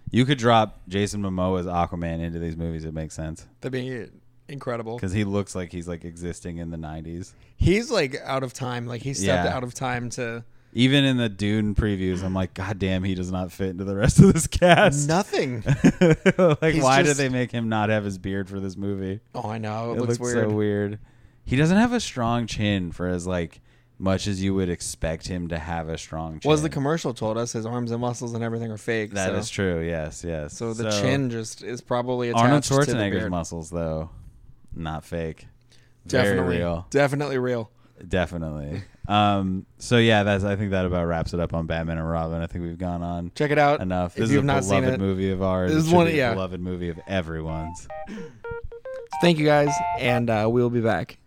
[SPEAKER 1] You could drop Jason Momoa's Aquaman into these movies. It makes sense
[SPEAKER 2] That'd be incredible.
[SPEAKER 1] because he looks like he's like existing in the 90s.
[SPEAKER 2] He's like out of time. Like he stepped
[SPEAKER 1] Yeah.
[SPEAKER 2] out of time to
[SPEAKER 1] Even in the Dune previews, I'm like, God damn, he does not fit into the rest of this cast.
[SPEAKER 2] nothing.
[SPEAKER 1] like,
[SPEAKER 2] He's
[SPEAKER 1] why did
[SPEAKER 2] just-
[SPEAKER 1] they make him not have his beard for this movie?
[SPEAKER 2] oh, I know. It,
[SPEAKER 1] It
[SPEAKER 2] looks,
[SPEAKER 1] looks
[SPEAKER 2] weird.
[SPEAKER 1] so weird. He doesn't have a strong chin for as like much as you would expect him to have a strong chin.
[SPEAKER 2] Was the commercial told us his arms and muscles and everything are fake?
[SPEAKER 1] That is
[SPEAKER 2] so.
[SPEAKER 1] true. Yes, yes.
[SPEAKER 2] So the chin just is probably attached
[SPEAKER 1] Arnold
[SPEAKER 2] to the
[SPEAKER 1] Schwarzenegger's
[SPEAKER 2] beard.
[SPEAKER 1] muscles, though, not fake.
[SPEAKER 2] Definitely
[SPEAKER 1] Very real.
[SPEAKER 2] Definitely real.
[SPEAKER 1] Definitely. Um. So yeah, that's. I think that about wraps it up on Batman and Robin. I think we've gone on.
[SPEAKER 2] Check it out.
[SPEAKER 1] enough.
[SPEAKER 2] If
[SPEAKER 1] This is a
[SPEAKER 2] you've not seen
[SPEAKER 1] beloved
[SPEAKER 2] it,
[SPEAKER 1] movie of ours.
[SPEAKER 2] This
[SPEAKER 1] This
[SPEAKER 2] is
[SPEAKER 1] is
[SPEAKER 2] one-
[SPEAKER 1] one,
[SPEAKER 2] yeah.
[SPEAKER 1] beloved movie of everyone's.
[SPEAKER 2] thank you guys, and uh, we'll be back.